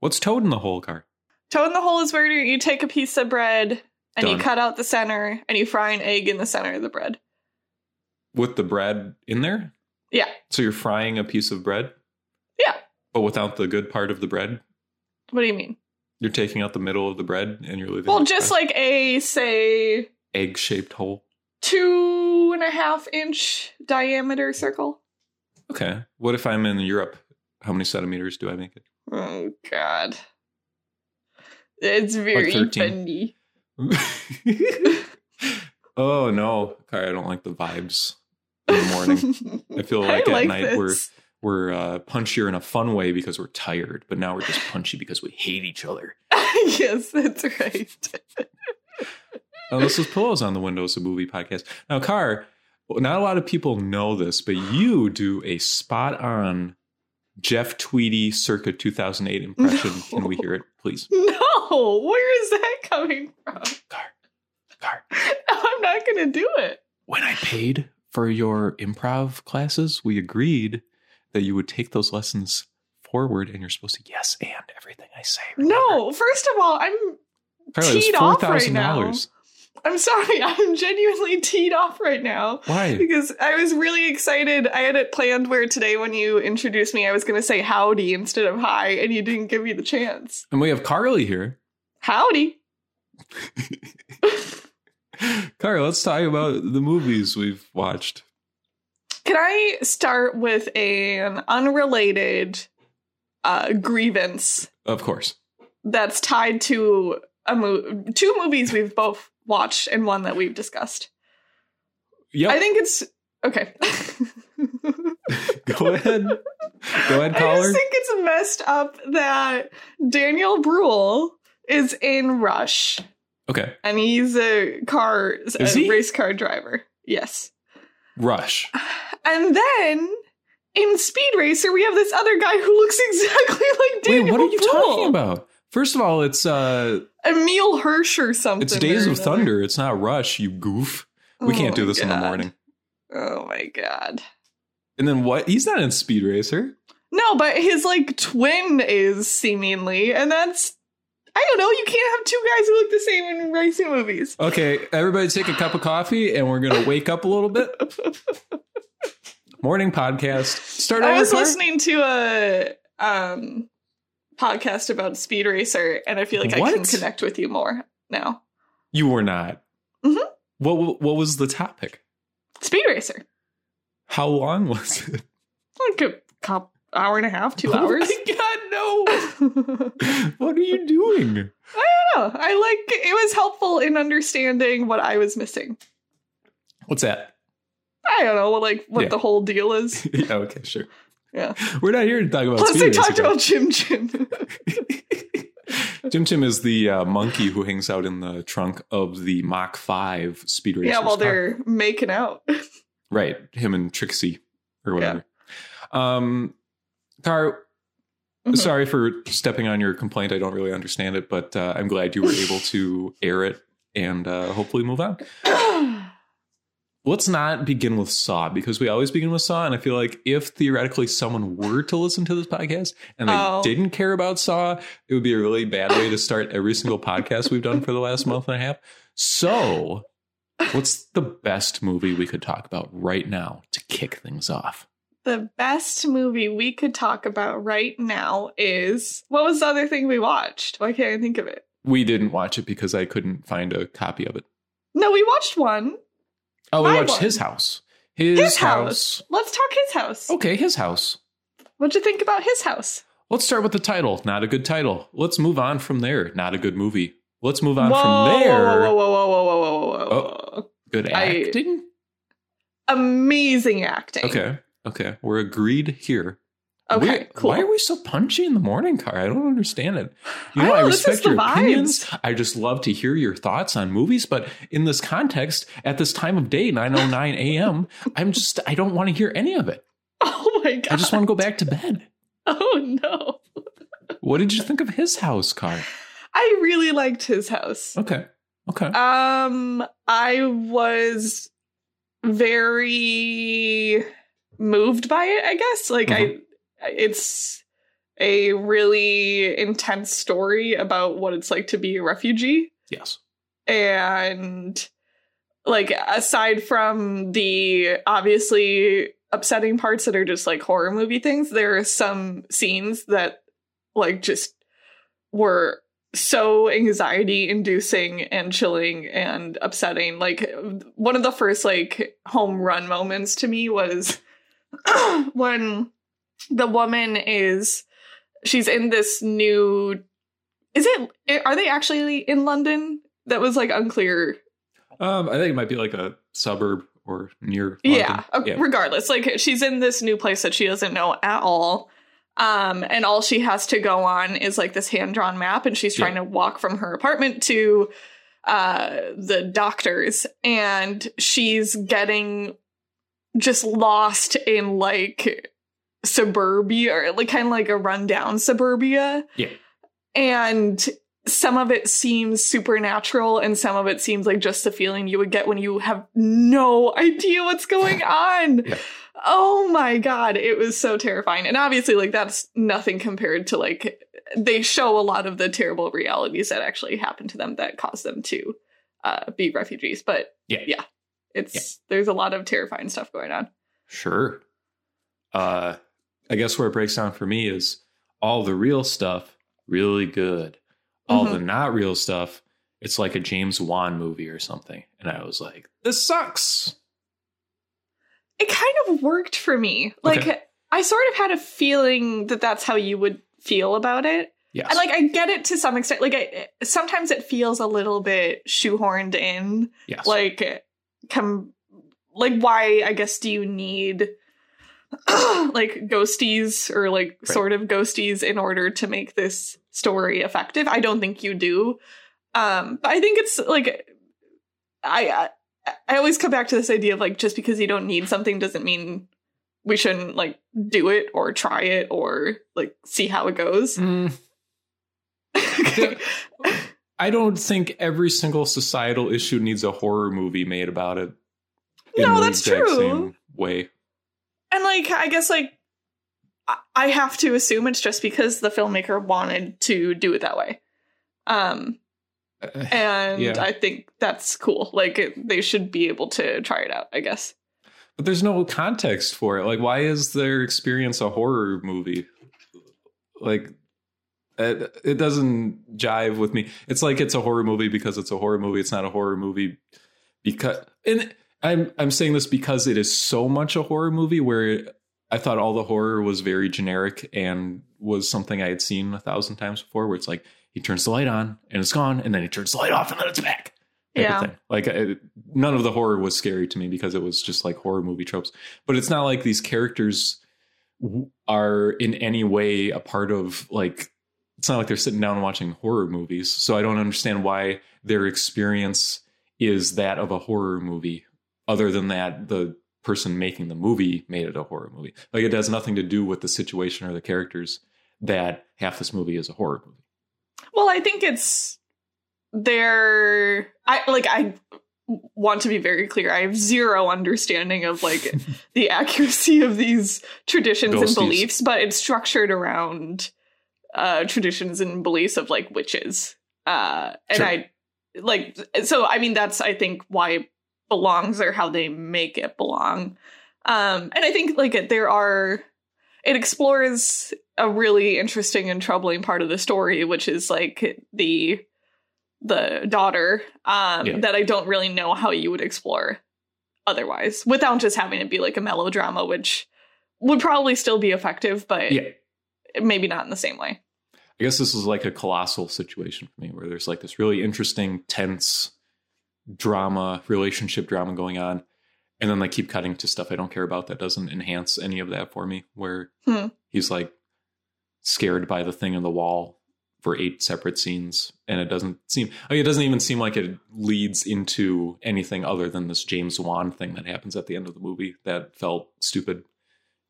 What's toad in the hole card? Toe in the hole is where you you take a piece of bread and you Done. cut out the center and you fry an egg in the center of the bread. With the bread in there? Yeah. So you're frying a piece of bread? Yeah. But without the good part of the bread? What do you mean? You're taking out the middle of the bread and you're leaving Well, just like a say egg shaped hole. two and a half inch diameter circle. Okay. What if I'm in Europe? How many centimeters do I make it? Oh God, it's very 13. bendy. oh no, Kari, I don't like the vibes in the morning. I feel like at night we're we're uh, punchier in a fun way because we're tired, but now we're just punchy because we hate each other. yes, that's right. Now, this is Pillows on the Windows, a movie podcast. Now, Car, not a lot of people know this, but you do a spot on Jeff Tweedy circa 2008 impression. No. Can we hear it, please? No, where is that coming from? Car, Car, I'm not gonna do it. when I paid for your improv classes, we agreed that you would take those lessons forward and you're supposed to yes and everything I say. remember? No, first of all, I'm Carla, it's teed four off right thousand now. dollars. I'm sorry, I'm genuinely teed off right now. Why? Because I was really excited. I had it planned where today, when you introduced me, I was going to say howdy instead of hi, and you didn't give me the chance. And we have Carly here. Howdy. Carla, let's talk about the movies we've watched. Can I start with an unrelated uh, grievance Of course. that's tied to a mo- two movies we've both watched and one that we've discussed? Yep. I think it's okay. Go ahead. Go ahead, I caller. just think it's messed up that Daniel Bruhl is in Rush. okay. and he's a car a Is he? race car driver. Yes. Rush. And then in Speed Racer, we have this other guy who looks exactly like Daniel. Wait, what are you Brühl. talking about? First of all, it's uh Emil Hirsch or something. it's Days or of another. Thunder. It's not Rush, you goof. We Oh can't do my this in the God. morning. Oh my god. And then what? He's not in Speed Racer. No, but his like twin is seemingly, and that's I don't know. You can't have two guys who look the same in racing movies. Okay, everybody take a cup of coffee and we're going to wake up a little bit. Morning podcast. Start over. I was Car? listening to a um, podcast about Speed Racer, and I feel like I can What? connect with you more now. You were not. Mhm. What what was the topic? Speed Racer, How long was it? like a cop hour and a half, two Oh hours. my God, I don't no. what are you doing? know. I like it was helpful in understanding what I was missing. What's that? I don't know, like what Yeah. the whole deal is. yeah, okay, sure. Yeah. We're not here to talk about Plus, Speed they Racer, talked guys. about Jim Jim. Jim Jim is the uh, monkey who hangs out in the trunk of the Mach 5 Speed Racer. yeah, while they're making out. Right. Him and Trixie or whatever. Um Tar, Mhm. sorry for stepping on your complaint. I don't really understand it, but uh, I'm glad you were able to air it and uh, hopefully move on. Let's not begin with Saw because we always begin with Saw. And I feel like if theoretically someone were to listen to this podcast and they Oh. didn't care about Saw, it would be a really bad way to start every single podcast we've done for the last month and a half. So, what's the best movie we could talk about right now to kick things off? the best movie we could talk about right now is what was the other thing we watched? Why can't I think of it? We didn't watch it because I couldn't find a copy of it. No, we watched one. Oh, we My watched one. His House. His, His house. house. Let's talk his house. Okay, His House. What'd you think about his house? Let's start with the title. Not a good title. Let's move on from there. Not a good movie. Let's move on from there. Oh. Whoa, whoa, whoa, whoa, whoa, whoa, whoa, whoa, whoa. Good I- acting. Amazing acting. okay. Okay. We're agreed here. Okay. We're- cool. Why are we so punchy in the morning, Car? I don't understand it. You I know, I, know, this is respect the your vibes. opinions. I just love to hear your thoughts on movies, but in this context, at this time of day, 909 AM, I'm just I don't want to hear any of it. oh my god. I just want to go back to bed. Oh no. What did you think of his house, Car? I really liked his house. Okay. Okay. Um, I was very moved by it. I guess like I, it's a really intense story about what it's like to be a refugee. Yes. And like aside from the obviously upsetting parts that are just like horror movie things, there are some scenes that like just were so anxiety inducing and chilling and upsetting. Like one of the first like home run moments to me was when the woman is she's in this new is it are they actually in London? That was like unclear Um, I think it might be like a suburb or near. yeah, London. uh, regardless like she's in this new place that she doesn't know at all um and all she has to go on is like this hand-drawn map and she's trying to walk from her apartment to uh the doctors and she's getting just lost in like suburbia or like kind of like a rundown suburbia Yeah. and some of it seems supernatural and some of it seems like just the feeling you would get when you have no idea what's going on. Yeah. Oh my god, it was so terrifying. And obviously like that's nothing compared to like they show a lot of the terrible realities that actually happen to them that cause them to uh, be refugees, but Yeah. yeah. It's there's a lot of terrifying stuff going on. Sure. Uh, I guess where it breaks down for me is all the real stuff, really good. All Mm-hmm. the not real stuff, it's like a James Wan movie or something. And I was like, this sucks. it kind of worked for me. Like Okay. I sort of had a feeling that that's how you would feel about it. Yes. And like I get it to some extent. Like I, sometimes it feels a little bit shoehorned in. yes. Like come like why I guess do you need like ghosties or like Right. sort of ghosties in order to make this story effective? I don't think you do. Um but I think it's like I I- I always come back to this idea of like just because you don't need something doesn't mean we shouldn't like do it or try it or like see how it goes. Mm, I don't think every single societal issue needs a horror movie made about it. No, the that's exact true. Same way. And like, I guess like I- I have to assume it's just because the filmmaker wanted to do it that way. Um, Uh, and Yeah. I think that's cool. Like, it, they should be able to try it out. I guess But there's no context for it. Like, why is their experience a horror movie? Like, it, it doesn't jive with me. It's like it's a horror movie because it's a horror movie. It's not a horror movie because, and I'm I'm saying this because it is so much a horror movie where I thought all the horror was very generic and was something I had seen a thousand times before. Where it's like he turns the light on and it's gone, and then he turns the light off and then it's back type of thing. Like it, none of the horror was scary to me because it was just like horror movie tropes. But it's not like these characters w- are in any way a part of like. It's not like they're sitting down and watching horror movies. So I don't understand why their experience is that of a horror movie. Other than that, the person making the movie made it a horror movie. Like it has nothing to do with the situation or the characters that half this movie is a horror movie. Well, I think it's their I like I want to be very clear. I have zero understanding of like the accuracy of these traditions Ghosties. and beliefs, but it's structured around uh traditions and beliefs of like witches. Uh and Sure. I like so I mean that's I think why it belongs or how they make it belong. Um and I think like it, there are it explores a really interesting and troubling part of the story, which is like the the daughter um, Yeah. that I don't really know how you would explore otherwise, without just having it be like a melodrama, which would probably still be effective, but maybe not in the same way. I guess this is like a colossal situation for me where there's like this really interesting, tense drama, relationship drama going on. And then they keep cutting to stuff I don't care about that doesn't enhance any of that for me, where Hmm. he's like scared by the thing in the wall for eight separate scenes. And it doesn't seem, like, it doesn't even seem like it leads into anything other than this James Wan thing that happens at the end of the movie that felt stupid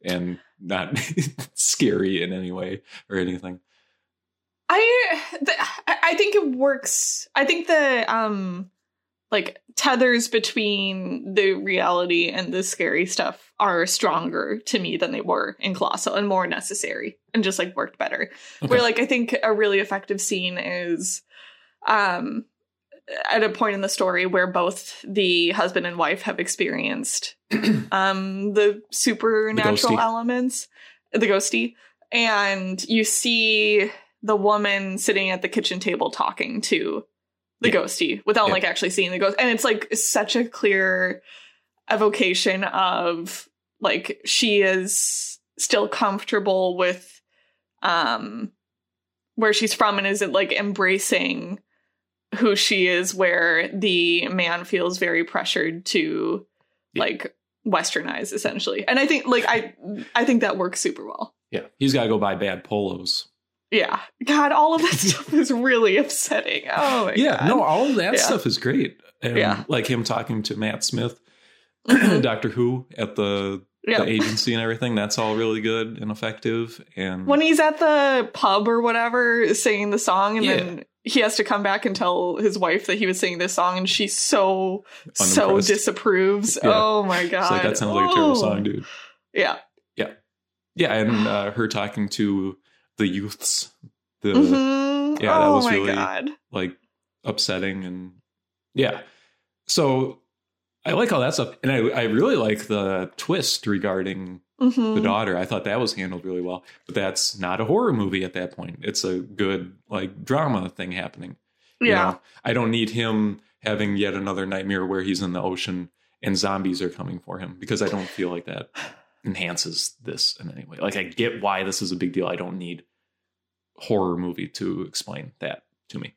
and not scary in any way or anything. I th- I I think it works. I think the um like tethers between the reality and the scary stuff are stronger to me than they were in Colossal and more necessary and just like worked better. Okay. Where like I think a really effective scene is um at a point in the story where both the husband and wife have experienced um the supernatural ghosty. elements, the ghosty, and you see the woman sitting at the kitchen table talking to the ghosty without Yeah. like actually seeing the ghost. And it's like such a clear evocation of like she is still comfortable with um where she's from and is it like embracing who she is where the man feels very pressured to Yeah. like westernize essentially. And I think like I I think that works super well. Yeah, he's got to go buy bad polos. Yeah. God, all of that stuff is really upsetting. Oh my yeah, God. no, all of that Yeah. stuff is great. And Yeah. like him talking to Matt Smith, Mhm. Doctor Who at the, yeah. the agency and everything. That's all really good and effective. And when he's at the pub or whatever singing the song and Yeah. then he has to come back and tell his wife that he was singing this song and she so so Unimpressed. disapproves Yeah. oh my god it's like that sounds like a terrible Oh. song, dude. yeah Yeah, and uh, her talking to the youths, the Mhm. yeah, that oh was my really- god like upsetting and yeah. So I like all that stuff, and I I really like the twist regarding Mhm. the daughter. I thought that was handled really well, but that's not a horror movie at that point. It's a good like drama thing happening. you yeah know? I don't need him having yet another nightmare where he's in the ocean and zombies are coming for him because I don't feel like that enhances this in any way. Like I get why this is a big deal. I don't need horror movie to explain that to me.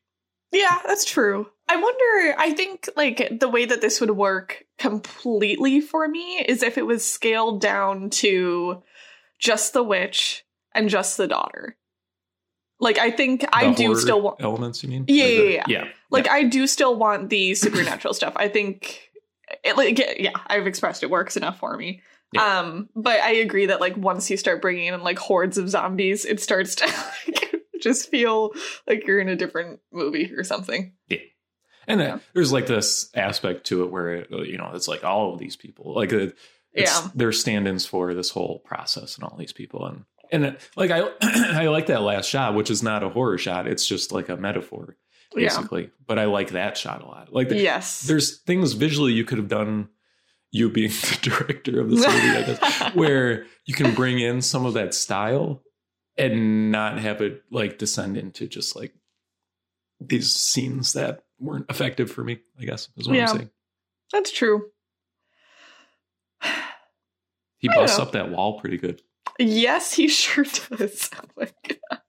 Yeah, that's true. I wonder, I think like the way that this would work completely for me is if it was scaled down to just the witch and just the daughter. Like I think I The do horror still want elements. You mean? Yeah, yeah, Like yeah, the- like I do still want the supernatural stuff. I think it like yeah, yeah, I've expressed it works enough for me. Yeah. Um but I agree that like once you start bringing in like hordes of zombies, it starts to like just feel like you're in a different movie or something. And then Yeah. there's like this aspect to it where uh, you know it's like all of these people, like it, it's, Yeah. they're stand-ins for this whole process and all these people, and and it, like I I like that last shot, which is not a horror shot; it's just like a metaphor, Yeah. basically. But I like that shot a lot. Like th- Yes. there's things visually you could have done, you being the director of this movie, I guess, where you can bring in some of that style and not have it like descend into just like these scenes that weren't effective for me, I guess, is what Yeah. I'm saying. That's true. He I don't busts know. up that wall pretty good. Yes, he sure does. Oh my god.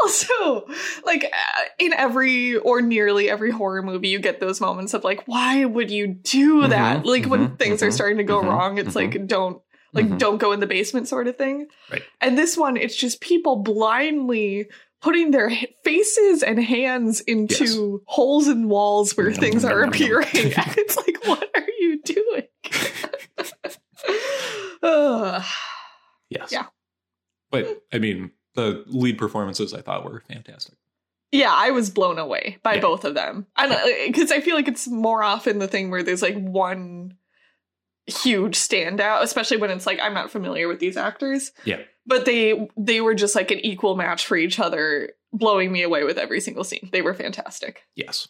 Also, like uh, in every or nearly every horror movie, you get those moments of like, why would you do that? Mhm, like when mhm, things are mhm, starting to go mhm, wrong, it's like don't like Mhm. don't go in the basement sort of thing. Right. And this one, it's just people blindly putting their h- faces and hands into holes in walls where Nom, things nom, are nom, nom. appearing. And it's like, what are you doing? Ugh. Yes. Yeah. But I mean, the lead performances I thought were fantastic. Yeah, I was blown away by Yeah. both of them. I don't because I feel like it's more often the thing where there's like one huge standout, especially when it's like I'm not familiar with these actors. Yeah. But they they were just like an equal match for each other, blowing me away with every single scene. They were fantastic. Yes.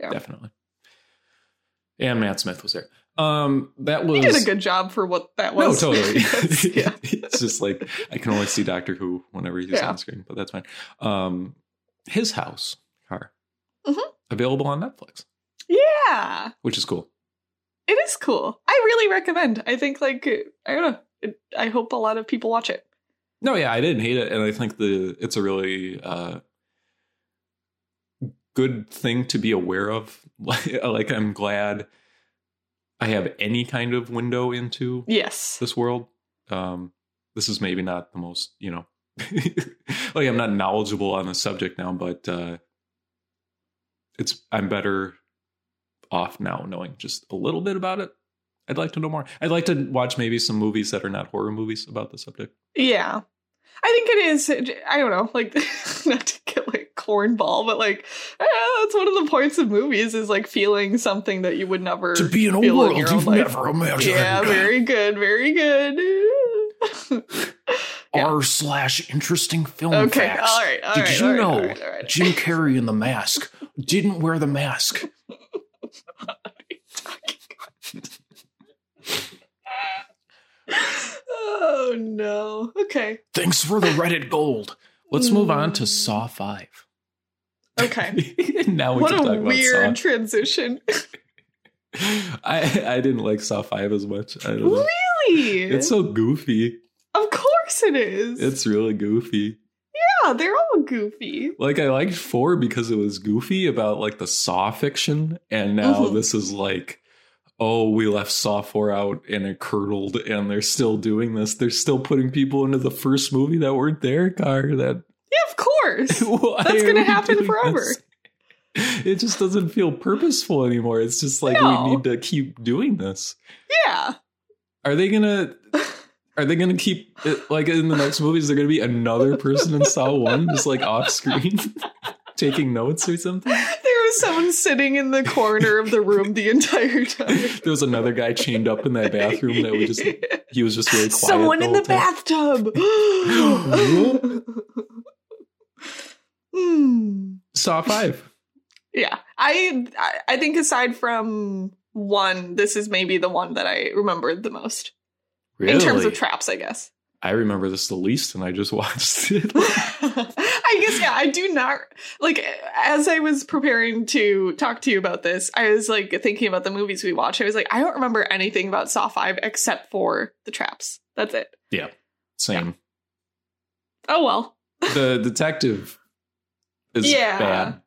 Yeah. Definitely. And Matt Smith was there. Um, that was He did a good job for what that was. No, totally. Yes, yeah. it's just like I can only see Doctor Who whenever he's Yeah. on screen, but that's fine. Um, his house car Mhm. available on Netflix, Yeah. which is cool. It is cool. I really recommend. I think like I don't know. It, I hope a lot of people watch it. No, yeah, I didn't hate it, and I think the it's a really uh, good thing to be aware of. Like, like I'm glad I have any kind of window into Yes. this world. Um, this is maybe not the most, you know, like I'm not knowledgeable on the subject now, but uh, it's I'm better off now knowing just a little bit about it. I'd like to know more. I'd like to watch maybe some movies that are not horror movies about the subject. Yeah. I think it is. I don't know, like not to get like cornball, but like eh, that's one of the points of movies is like feeling something that you would never to be in a feel world your own you've life. never imagined. Yeah, very good, very good. yeah. R slash interesting film okay, facts. all right, all Did right, you all right, know all right, all right. Jim Carrey in the mask didn't wear the mask. oh no. Okay. Thanks for the Reddit gold. Let's move on to Saw Five. Okay. now we what can talk a about weird Saw. transition. I I didn't like Saw Five as much. I don't know. really? It's so goofy. of course it is. It's really goofy. yeah, they're all goofy. Like I liked four because it was goofy about like the Saw fiction, and now Mhm. this is like, oh, we left Saw four out and it curdled, and they're still doing this. They're still putting people into the first movie that weren't there, Car. That Yeah, of course. why That's are gonna we happen doing forever. this? It just doesn't feel purposeful anymore. It's just like we No. need to keep doing this. yeah. Are they gonna? Are they gonna keep it, like in the next movies? They're gonna be another person in Saw One, just like off screen, taking notes or something. There was someone sitting in the corner of the room the entire time. there was another guy chained up in that bathroom that we just he was just really quiet. Someone in the whole time. bathtub. Hmm. Saw five. Yeah, I I- I think aside from one, this is maybe the one that I remembered the most in terms of traps. I guess. I remember this the least, and I just watched it. I guess yeah. I do not like as I was preparing to talk to you about this. I was like thinking about the movies we watch. I was like, I don't remember anything about Saw Five except for the traps. That's it. Same. Oh well. The detective is Yeah. bad.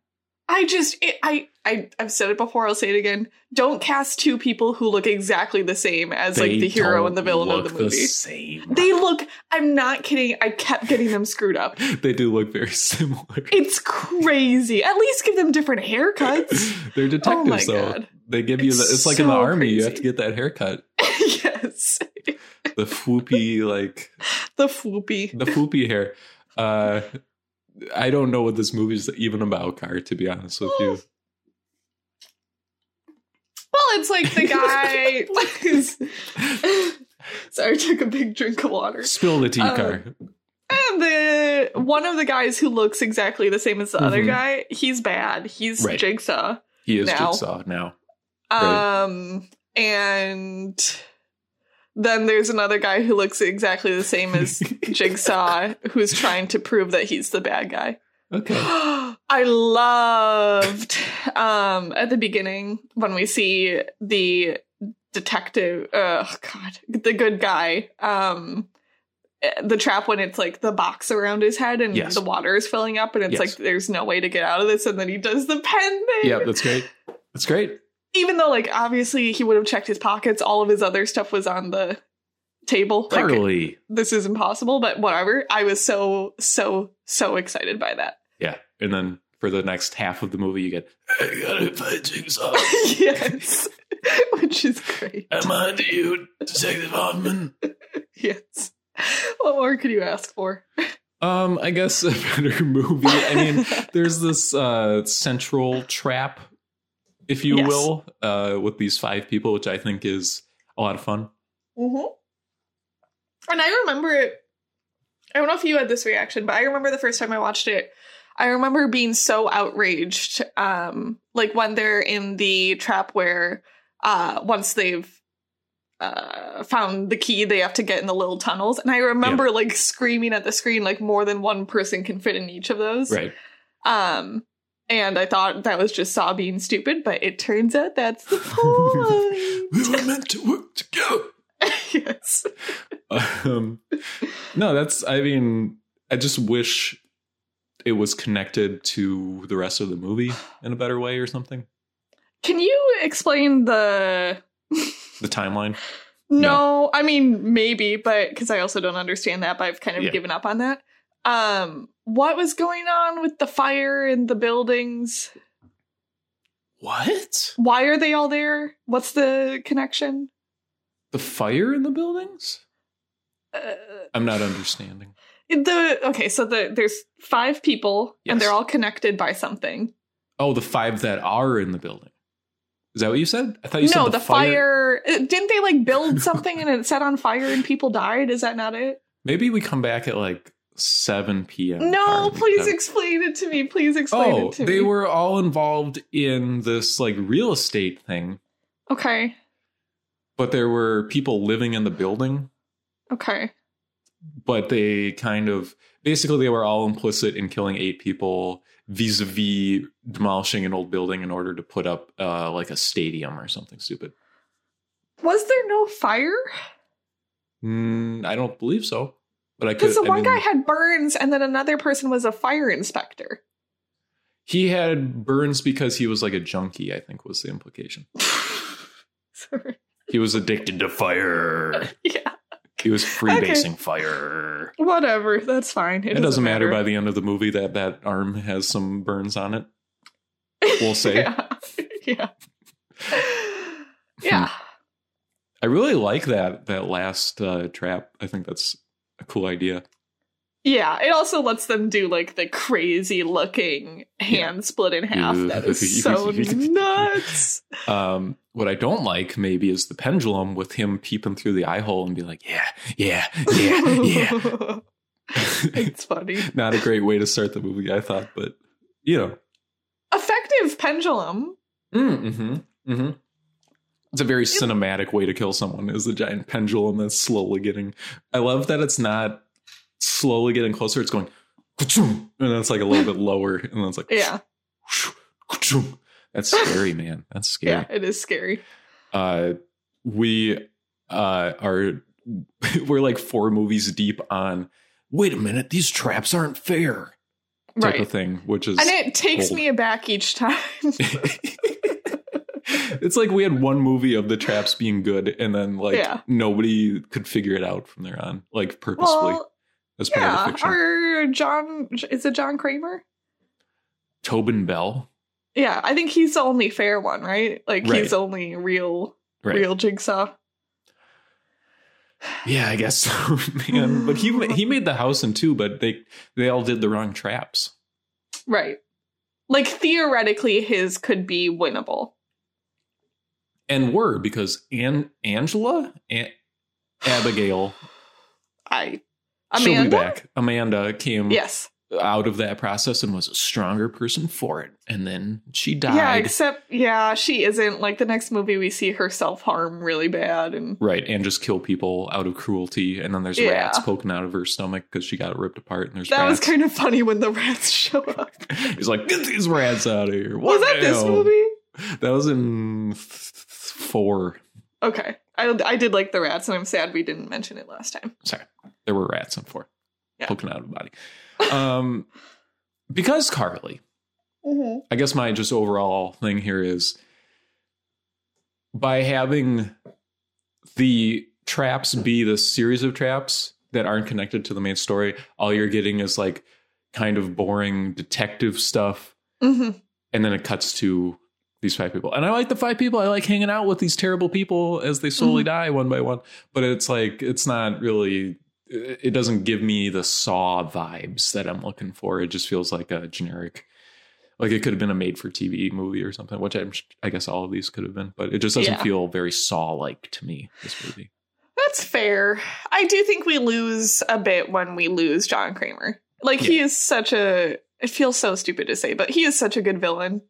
I just it, I I I've said it before. I'll say it again. Don't cast two people who look exactly the same as like the They hero don't and the villain of look the movie. same. They look, I'm not kidding, I kept getting them screwed up. They do look very similar. It's crazy. At least give them different haircuts. They're Oh my detectives, though. god. They give you It's the. It's like in the so army, you crazy. have to get that haircut, yes. the floopy like The floopy. the poopy hair. Uh, I don't know what this movie's even about, Car. To be honest with you, Well, it's like the guy is Sorry, I took a big drink of water. spill the tea, Um, Car. And the one of the guys who looks exactly the same as the other Mhm. guy, he's bad. He's Right. Jigsaw. He is now. Jigsaw now. Right. Um, and then there's another guy who looks exactly the same as Jigsaw, who's trying to prove that he's the bad guy. Okay. I loved um, at the beginning when we see the detective. Oh God, the good guy. Um, eh, the trap when it's like the box around his head and Yes. the water is filling up and it's Yes. like there's no way to get out of this and then he does the pen thing Yeah, that's great. That's great. even though like obviously he would have checked his pockets all of his other stuff was on the table like Carly. this is impossible but whatever i was so so so excited by that Yeah, and then for the next half of the movie, you get I gotta find Jigsaw. yes which is great I'm on to you, Detective Hoffman. yes what more could you ask for Um, I guess a better movie. I mean, there's this uh central trap, if you Yes. will, uh, with these five people, which I think is a lot of fun. Mhm. and i remember it i don't know if you had this reaction but i remember the first time i watched it i remember being so outraged um like when they're in the trap where uh once they've uh, found the key they have to get in the little tunnels and i remember like screaming at the screen like more than one person can fit in each of those Right. um and i thought that was just saw being stupid but it turns out that's the point We were meant to work together. yes Um, no, that's. I mean, I just wish it was connected to the rest of the movie in a better way or something. Can you explain the The timeline. no, No. I mean maybe, but because I also don't understand that, but I've kind of Yeah. given up on that. Um what was going on with the fire and the buildings? What? Why are they all there? What's the connection? The fire in the buildings? Uh, I'm not understanding. the okay, so the there's five people Yes. and they're all connected by something. Oh, the five that are in the building. Is that what you said? I thought you no, said the fire. uh, Didn't they like build something and it set on fire and people died? Is that not it? Maybe we come back at like 7 p.m. no, Carmen. please That- explain it to me. Please explain Oh, it to they me. were all involved in this like real estate thing, okay. but there were people living in the building, Okay. but they kind of basically they were all implicit in killing eight people vis-a-vis demolishing an old building in order to put up uh, like a stadium or something stupid. Was there no fire? Mm, I don't believe so, but I could. Because the I one mean- guy had burns and then another person was a fire inspector. He had burns because he was like a junkie, I think was the implication. Sorry. He was addicted to fire. Yeah. He was freebasing fire. Whatever. That's fine. It, doesn't, matter. by the end of the movie that that arm has some burns on it. We'll say. yeah. yeah. Yeah. Hmm. I really like that that last uh, trap. I think that's a cool idea. Yeah. It also lets them do like the crazy looking hand split in half. That is so nuts. Um, what I don't like maybe is the pendulum with him peeping through the eye hole and be like, yeah, yeah, yeah, yeah. it's funny. Not a great way to start the movie, I thought, but you know, Effective pendulum. Mm, mm-hmm, hmm hmm It's a very cinematic way to kill someone is the giant pendulum that's slowly getting. I love that it's not slowly getting closer. It's going, ka-choom, and then it's like a little bit lower, and then it's like, Yeah. ka-choom. That's scary, man. That's Yeah. scary. It is scary. Uh, we uh, are we're like four movies deep on. Wait a minute, these traps aren't fair. Type Right. of thing, which is And it takes cold. me aback each time. it's like we had one movie of the traps being good and then like Yeah. nobody could figure it out from there on like purposefully Well, as part of the yeah. fiction Or John is it John Kramer? tobin bell Yeah, I think he's the only fair one, right? Like Right. he's the only real right real jigsaw. yeah i guess so man but he he made the house in two but they they all did the wrong traps Right. Like theoretically his could be winnable. and were because An- angela and abigail I she'll be Amanda? back amanda came Yes. out of that process and was a stronger person for it and then she died Yeah, except yeah, she isn't like the next movie we see her self-harm really bad and Right, and just kill people out of cruelty, and then there's Yeah. rats poking out of her stomach because she got ripped apart, and there's that was rats. kind of funny when the rats show up. He's like, get these rats out of here. What Was that the this hell?" movie? That was in th- four. Okay. I I did like the rats and I'm sad we didn't mention it last time. Sorry, there were rats in four Yeah. poking out of the body. Um, because Carly, I guess my just overall thing here is by having the traps be the series of traps that aren't connected to the main story, all you're getting is like kind of boring detective stuff. hmm And then it cuts to these five people. And I like the five people. I like hanging out with these terrible people as they Mm-hmm. slowly die one by one. But it's like, it's not really, it it doesn't give me the saw vibes that I'm looking for. It just feels like a generic, like it could have been a made for TV movie or something, which I'm, I guess all of these could have been. But it just doesn't Yeah. feel very saw like to me, this movie. That's fair. I do think we lose a bit when we lose John Kramer. Like he is such a it feels so stupid to say, but he is such a good villain.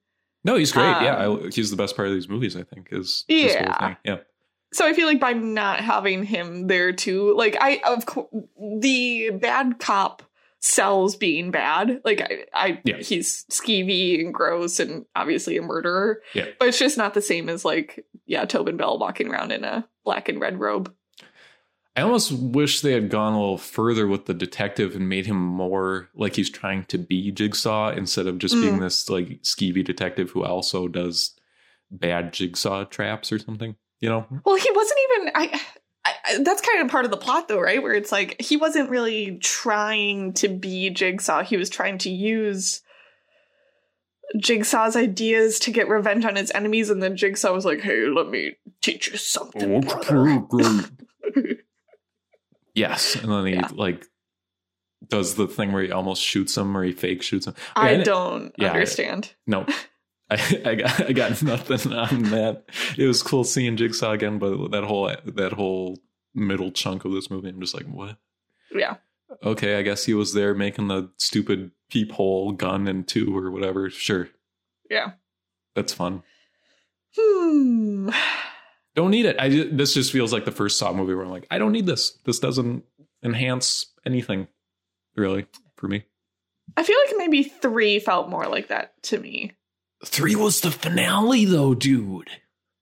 No, he's great. yeah. Um, I, he's the best part of these movies, I think, is this whole Yeah. thing. Yeah. So I feel like by not having him there too, like I of course the bad cop sells being bad. Like I, I Yeah. he's skeevy and gross and obviously a murderer. Yeah. But it's just not the same as like yeah, Tobin Bell walking around in a black and red robe. I almost wish they had gone a little further with the detective and made him more like he's trying to be Jigsaw instead of just being this like skeevy detective who also does bad Jigsaw traps or something. You know, Well, he wasn't even. I, I, I- that's kind of part of the plot, though, right? Where it's like he wasn't really trying to be Jigsaw. He was trying to use Jigsaw's ideas to get revenge on his enemies, and then Jigsaw was like, "Hey, let me teach you something, brother." yes, and then he Yeah. like does the thing where he almost shoots him or he fake shoots him. I Yeah, don't yeah, I- understand. No. I, I got I got nothing on that. It was cool seeing Jigsaw again, but that whole that whole middle chunk of this movie, I'm just like, what? Yeah. Okay, I guess he was there making the stupid peephole gun and two or whatever. Sure. Yeah. That's fun. Hmm. Don't need it. I ju- this just feels like the first Saw movie where I'm like, I don't need this. This doesn't enhance anything, really, for me. I feel like maybe three felt more like that to me. Three was the finale, though, dude.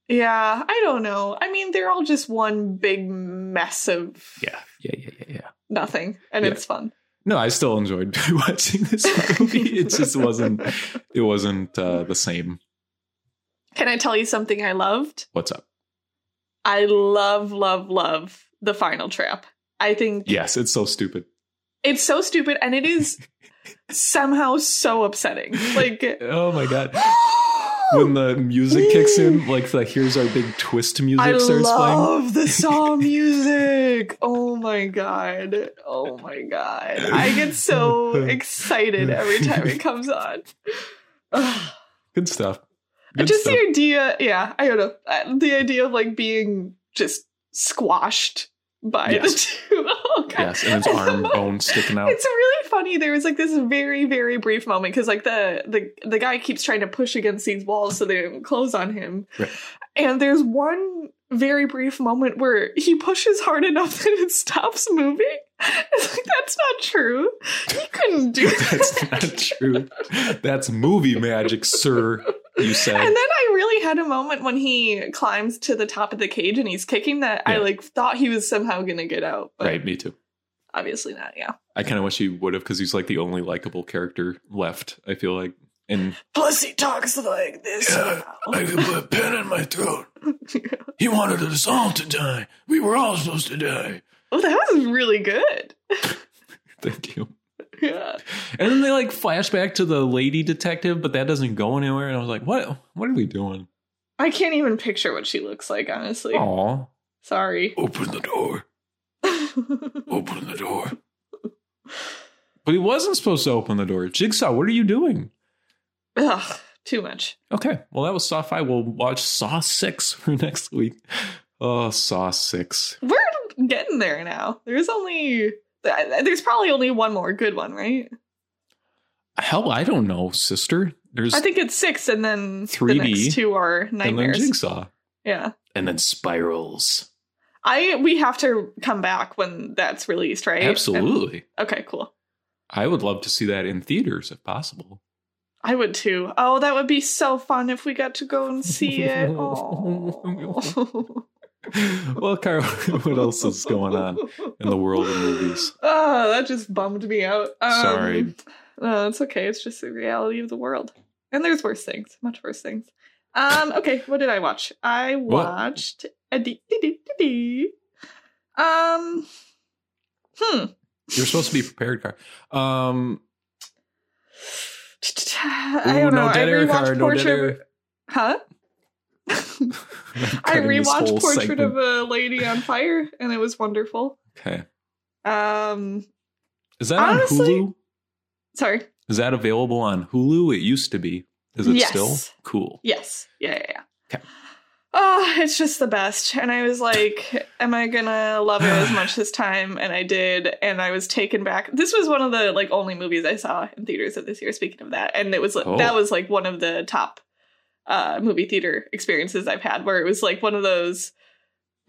Yeah, I don't know. I mean, they're all just one big mess of Yeah, yeah, yeah, yeah, yeah. nothing, and Yeah. it's fun. No, I still enjoyed watching this movie. It just wasn't. It wasn't uh, the same. Can I tell you something I loved? What's up? I love, love, love the final trap. I think Yes, it's so stupid. it's so stupid and it is somehow so upsetting. Like, Oh my god. When the music kicks in, like the here's our big twist music I starts playing. love the Saw music. Oh my god. Oh my god. I get so excited every time it comes on. Ugh. Good stuff. Good just stuff. the idea, yeah, I don't know. Uh, The idea of like being just squashed by Yes. the two. Oh, God. Yes, and his arm bone sticking out. It's really funny. There was like this very, very brief moment because like the the the guy keeps trying to push against these walls so they don't close on him. Right. And there's one very brief moment where he pushes hard enough that it stops moving. It's like that's not true. He couldn't do that. That's not true. That's movie magic, sir. You And said. then I really had a moment when he climbs to the top of the cage and he's kicking that I Yeah. like thought he was somehow gonna get out, but Right, me too. obviously not. Yeah. I kind of wish he would have because he's like the only likable character left. I feel like, and Plus he talks like this. Yeah, now. could put a pin in my throat. He wanted us all to die. We were all supposed to die. Oh, that was really good. Thank you. Yeah. And then they like flash back to the lady detective, but that doesn't go anywhere. And I was like, what? What are we doing? I can't even picture what she looks like, honestly. Aw. Sorry. Open the door. I Open the door. But he wasn't supposed to open the door. Jigsaw, what are you doing? Ugh, too much. Okay. Well, that was Saw 5. We'll watch Saw 6 for next week. Oh, Saw 6. We're getting there now. There's only. th- There's probably only one more good one, right? Hell, I don't know, sister. There's I think it's six, and then the 3D, next two are and then nightmares. Jigsaw. Yeah, And then Spirals. I we have to come back when that's released, right? Absolutely. And- okay, cool. I would love to see that in theaters if possible. I would too. Oh, that would be so fun if we got to go and see it. Oh. well, Carl, what else is going on in the world of movies? Oh, that just bummed me out. Um, Sorry. No, it's okay. It's just the reality of the world. And there's worse things, much worse things. Um, okay, what did I watch? I What? watched a dee dee dee dee dee. Um Hmm. You're supposed to be prepared, Carl. Um, I ooh, don't know. No I dead air, rewatched Carl, no dead Portrait. air. huh? I'm I cutting this whole rewatched Portrait segment. of a Lady on Fire and it was wonderful. Okay, Um is that Honestly- on Hulu? sorry. Is that available on Hulu? It used to be. Is it Yes. still cool? Yes. Yeah, yeah, yeah. 'Kay. Oh, it's just the best. And I was like, am I gonna love it as much this time? And I did, and I was taken back. This was one of the like only movies I saw in theaters of this year, speaking of that. And it was like Oh. that was like one of the top uh movie theater experiences I've had where it was like one of those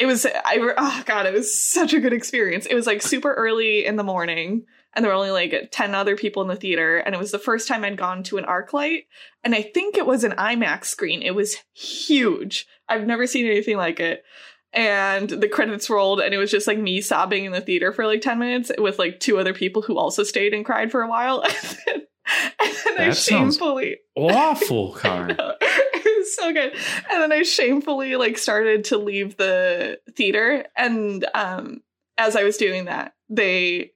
it was I re- oh god, it was such a good experience. It was like super early in the morning and there were only like 10 other people in the theater and it was the first time I'd gone to an arc light and I think it was an IMAX screen. It was huge. I've never seen anything like it. And the credits rolled, and it was just like me sobbing in the theater for like 10 minutes with like two other people who also stayed and cried for a while. and then, and then I That sounds- shamefully. Awful, I Carl. know. It was so good. And then I shamefully like started to leave the theater. And um as I was doing that, they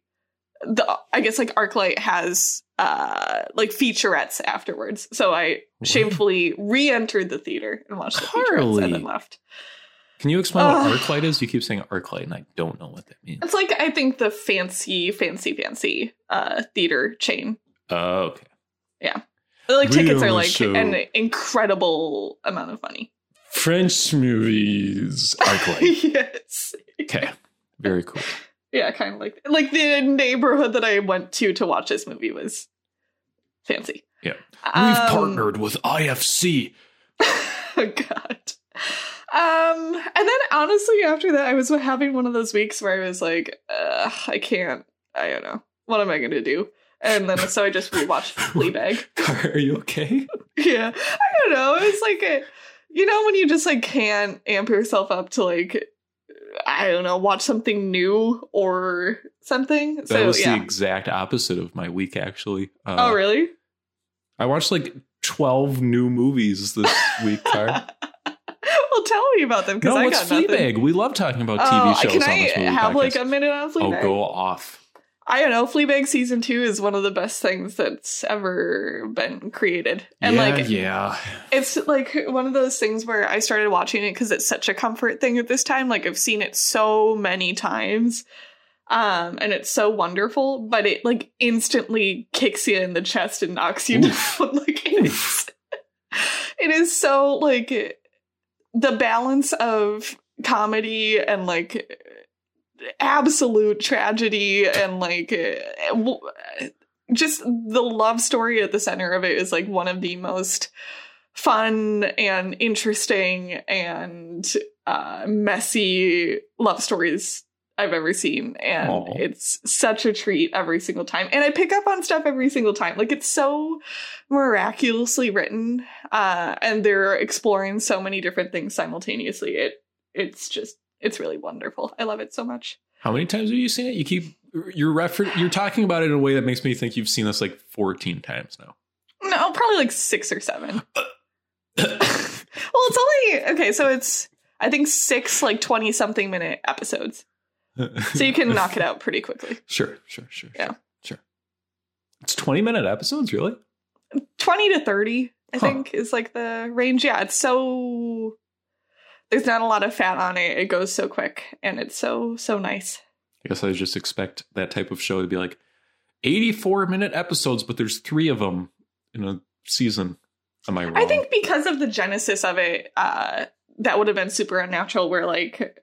the I guess like ArcLight has uh like featurettes afterwards. So I What? shamefully re-entered the theater and watched the featurettes and Carly. then left. Can you explain Ugh. what arc light is? You keep saying arc light, and I don't know what that means. It's like I think the fancy, fancy, fancy uh theater chain. Oh, okay. Like We tickets are own a like show. an incredible amount of money. French movies arc light. yes. okay. Very cool. Yeah, kind of like like the neighborhood that I went to to watch this movie was fancy. Yeah. Um, with IFC. oh god um and then honestly after that i was having one of those weeks where i was like Ugh, i can't i don't know what am i gonna do and then so i just rewatched fleabag Are you okay? yeah i don't know it's like a, you know when you just like can't amp yourself up to like i don't know watch something new or something That so was yeah the exact opposite of my week, actually. Uh, oh really I watched like 12 new movies this week, Car. well tell me about them because no, i what's got nothing Fleabag? We love talking about TV oh shows can on i this movie have podcast. like a minute on oh, fleabag go off. I don't know. Fleabag season two is one of the best things that's ever been created, and yeah, like yeah. it's like one of those things where I started watching it because it's such a comfort thing at this time. Like I've seen it so many times, um, and it's so wonderful. But it like instantly kicks you in the chest and knocks you Oof. down. like it's, it is so like the balance of comedy and like absolute tragedy and like eh, w- just the love story at the center of it is like one of the most fun and interesting and uh, messy love stories I've ever seen. And Aw. it's such a treat every single time. And I pick up on stuff every single time. Like it's so miraculously written. Uh, and they're exploring so many different things simultaneously. It it's just it's really wonderful. I love it so much. How many times have you seen it? You keep you're refer- you're talking about it in a way that makes me think you've seen this like 14 times now. No, probably like six or seven. Well, it's only okay. So it's I think six like twenty something minute episodes, so you can knock it out pretty quickly. Sure, sure, sure. Yeah. Sure, sure. It's 20 minute episodes, really? Twenty to thirty, I Huh. think, is like the range. Yeah, it's so there's not a lot of fat on it. It goes so quick, and it's so so nice. I guess I just expect that type of show to be like 84 minute episodes, but there's three of them in a season. Am I wrong? I think because of the genesis of it, uh, that would have been super unnatural. Where like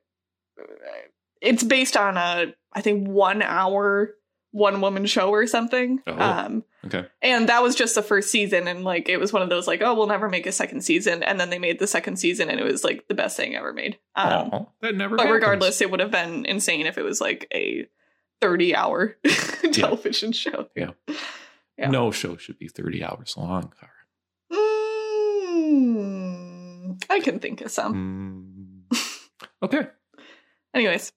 it's based on a I think one hour one woman show or something. Oh. Um, Okay. and that was just the first season, and like it was one of those like oh we'll never make a second season, and then they made the second season, and it was like the best thing ever made. Um, Aw, that never. but happens. regardless, it would have been insane if it was like a thirty hour television show. yeah. no show should be 30 hours long. Cara. Mm, I can think of some. Mm. Okay. Anyways.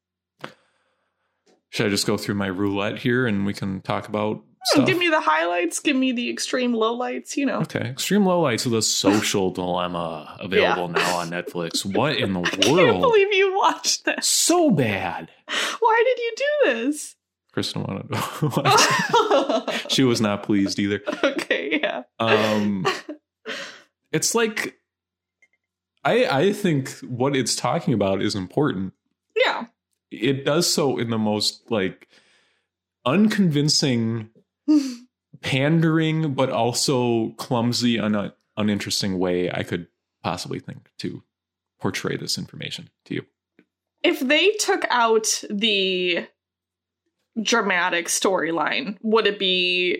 Should I just go through my roulette here and we can talk about Oh, stuff? give me the highlights, give me the extreme lowlights, you know. Okay, Extreme Lowlights of the Social Dilemma available now on Netflix. What in the I can't world? believe you watched this. so bad. Why did you do this? Kristen wanted to She was not pleased either. okay, yeah. Um it's like I I think what it's talking about is important. Yeah. It does so in the most like unconvincing, pandering, but also clumsy and un- uninteresting way I could possibly think to portray this information to you. if they took out the dramatic storyline, would it be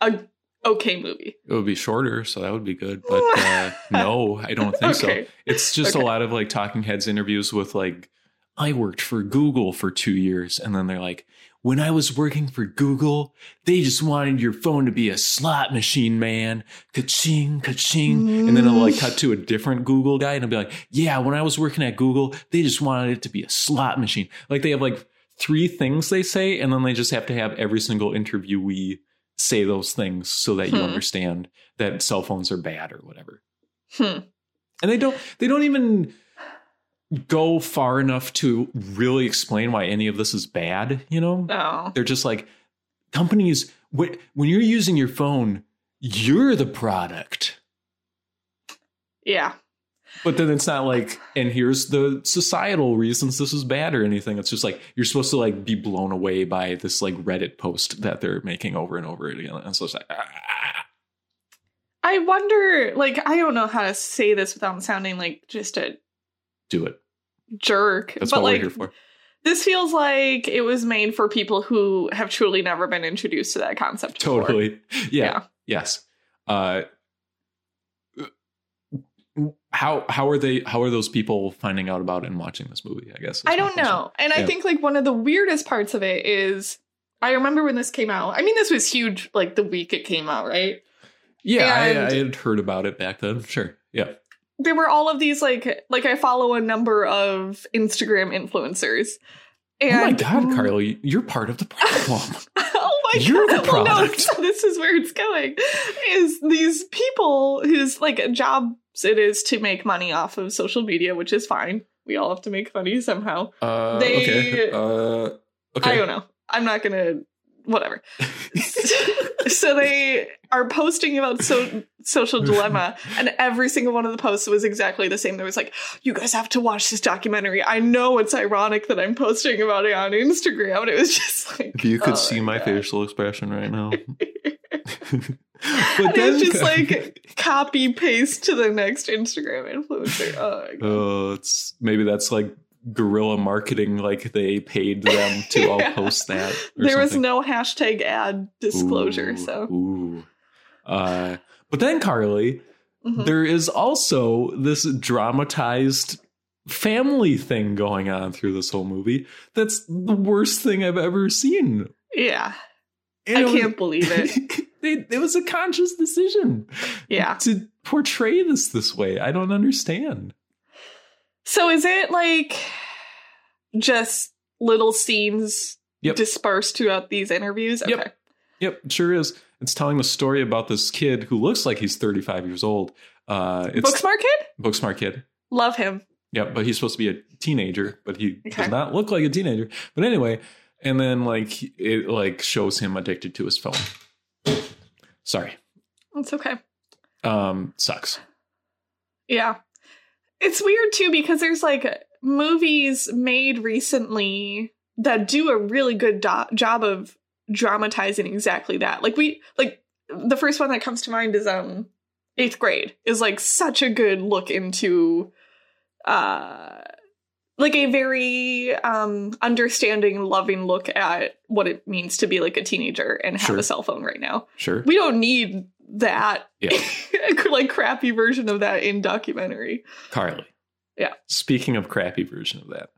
a- a okay movie? It would be shorter, so that would be good. But uh, no, I don't think so. okay. It's just a Okay. lot of like talking heads interviews with like, I worked for Google for two years. And then they're like, when I was working for Google, they just wanted your phone to be a slot machine, man. Ka-ching, ka-ching. And then it'll like cut to a different Google guy and it'll be like, yeah, when I was working at Google, they just wanted it to be a slot machine. Like they have like three things they say, and then they just have to have every single interviewee say those things so that you Hmm. understand that cell phones are bad or whatever Hmm. and they don't they don't even go far enough to really explain why any of this is bad you know Oh. they're just like companies when, when you're using your phone you're the product Yeah. But then it's not like, and here's the societal reasons this is bad or anything. It's just like you're supposed to like be blown away by this like Reddit post that they're making over and over again. And so it's like, ah. I wonder, like, I don't know how to say this without sounding like just a do it. jerk. That's but what like, we're here for. this feels like it was made for people who have truly never been introduced to that concept. before. Totally. Yeah. Yeah. Yes. Uh, how how are they? How are those people finding out about and watching this movie? I guess is I my don't question. know. And I Yeah. think like one of the weirdest parts of it is I remember when this came out. I mean, this was huge like the week it came out, right? Yeah, I, And- I had heard about it back then. Sure. Yeah. There were all of these like like I follow a number of Instagram influencers. And oh my God, Carly, you're part of the problem. oh my You're god! the Well, no, product. so this is where it's going. Is these people whose like jobs it is to make money off of social media, which is fine. We all have to make money somehow. uh, They- okay. Uh, okay. I don't know. I'm not gonna whatever. so they are posting about so social dilemma, and every single one of the posts was exactly the same. There was like, "You guys have to watch this documentary." I know it's ironic that I'm posting about it on Instagram, and it was just like If you could Oh see my my God. facial expression right now. And but it was just like copy paste to the next Instagram influencer. Oh, my God. Oh, it's maybe that's like guerrilla marketing. Like they paid them to all Yeah. post that. Or there was something. no hashtag ad disclosure. Ooh, so ooh. Uh, but then Carly, mhm. there is also this dramatized family thing going on through this whole movie. That's the worst thing I've ever seen. yeah, And I it was- can't believe it. it, it was a conscious decision Yeah. to portray this this way. I don't understand. So is it like just little scenes Yep. dispersed throughout these interviews? Okay. Yep. Yep, it sure is. It's telling the story about this kid who looks like he's 35 years old. Uh, it's Booksmart kid? Booksmart kid. Love him. Yep, but he's supposed to be a teenager, but he Okay. does not look like a teenager. But anyway, and then like he- it like shows him addicted to his phone. Sorry, It's okay. um, sucks. Yeah. It's weird too because there's like movies made recently that do a really good do- job of dramatizing exactly that. Like we like the first one that comes to mind is um 8th grade is like such a good look into uh like a very um understanding loving look at what it means to be like a teenager and have Sure. a cell phone right now Sure. we don't need that Yeah. like crappy version of that in documentary Carly. Yeah. Speaking of crappy version of that,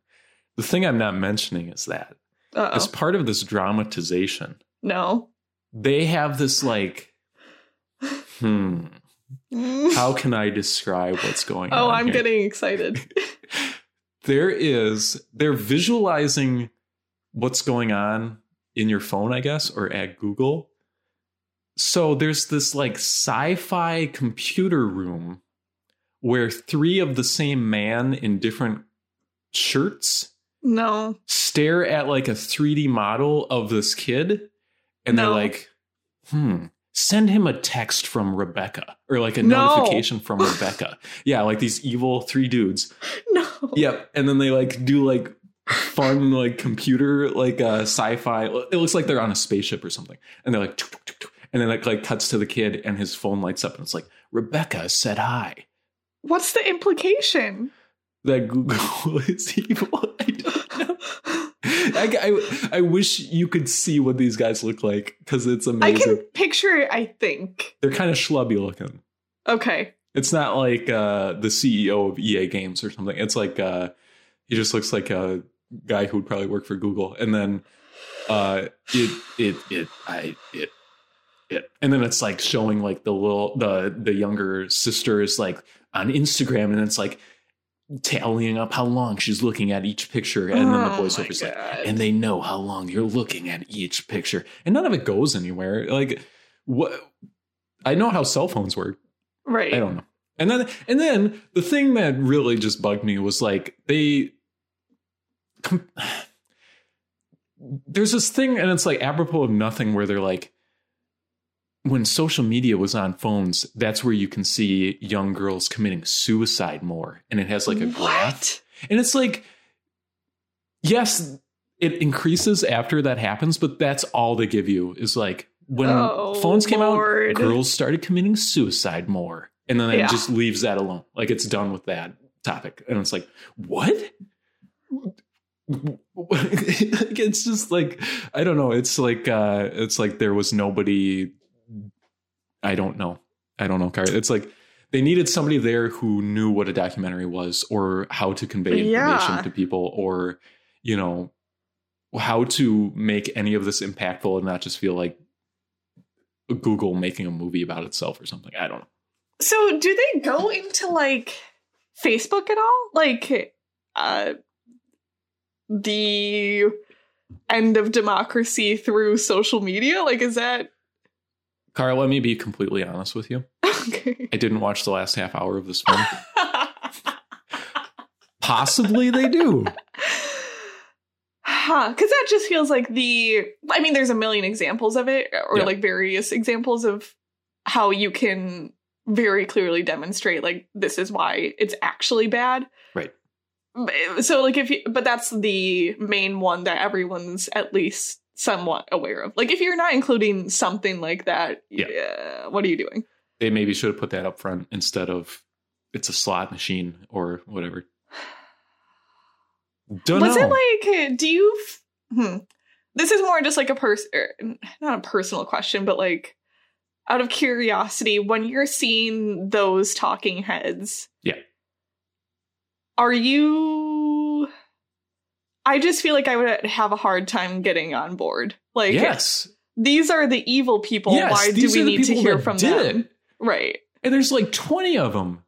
the thing I'm not mentioning is that uh as part of this dramatization, no they have this like, hmm, how can I describe what's going on? oh i'm here? getting excited there is they're visualizing what's going on in your phone i guess or at google so there's this like sci-fi computer room where three of the same man in different shirts no stare at like a 3d model of this kid and No. they're like hmm send him a text from rebecca or like a No. notification from rebecca yeah like these evil three dudes no Yep. And then they like do like fun like computer like uh sci-fi. It looks like they're on a spaceship or something. And they're like "Tuk, tuk, tuk, tuk." and then like like cuts to the kid and his phone lights up and it's like Rebecca said hi. what's the implication That Google is evil. I don't know. I, I, I wish you could see what these guys look like because it's i amazing. can picture it i think They're kind of schlubby looking. okay It's not like uh, the CEO of EA Games or something. It's like uh, he just looks like a guy who would probably work for Google. And then uh, it it it I it it and then it's like showing like the little the the younger sister is like on Instagram, and it's like tallying up how long she's looking at each picture, and then the Oh my voiceover is like, God. and they know how long you're looking at each picture, and none of it goes anywhere. Like what? I know how cell phones work. right I don't know. And then and then the thing that really just bugged me was like they com- there's this thing and it's like apropos of nothing where they're like when social media was on phones, that's where you can see young girls committing suicide more. And it has like a graph. what? And it's like, yes, it increases after that happens, but that's all they give you is like when Oh, phones came Lord. out, girls started committing suicide more. And then it Yeah. just leaves that alone. Like it's done with that topic. And it's like, what? Like, it's just like I don't know. It's like uh it's like there was nobody I don't know. I don't know, Kari. It's like they needed somebody there who knew what a documentary was or how to convey information Yeah. to people or, you know, how to make any of this impactful and not just feel like Google making a movie about itself or something. I don't know. So do they go into like Facebook at all? Like uh the end of democracy through social media? Like is that Kara, let me be completely honest with you. okay. I didn't watch the last half hour of this film. Possibly they do. Huh, because that just feels like the. I mean, there's a million examples of it, or Yeah. like various examples of how you can very clearly demonstrate, like, this is why it's actually bad. Right. But- So, like, if you. But that's the main one that everyone's at least somewhat aware of. Like, if you're not including something like that, Yeah. yeah, what are you doing? They maybe should have put that up front instead of it's a slot machine or whatever. Dunno. was it like do you f- hmm. this is more just like a person not a personal question but like out of curiosity when you're seeing those talking heads Yeah. are you i just feel like i would have a hard time getting on board like yes. these are the evil people yes. why do these we are the need to people hear that from did them it. right And there's like 20 of them.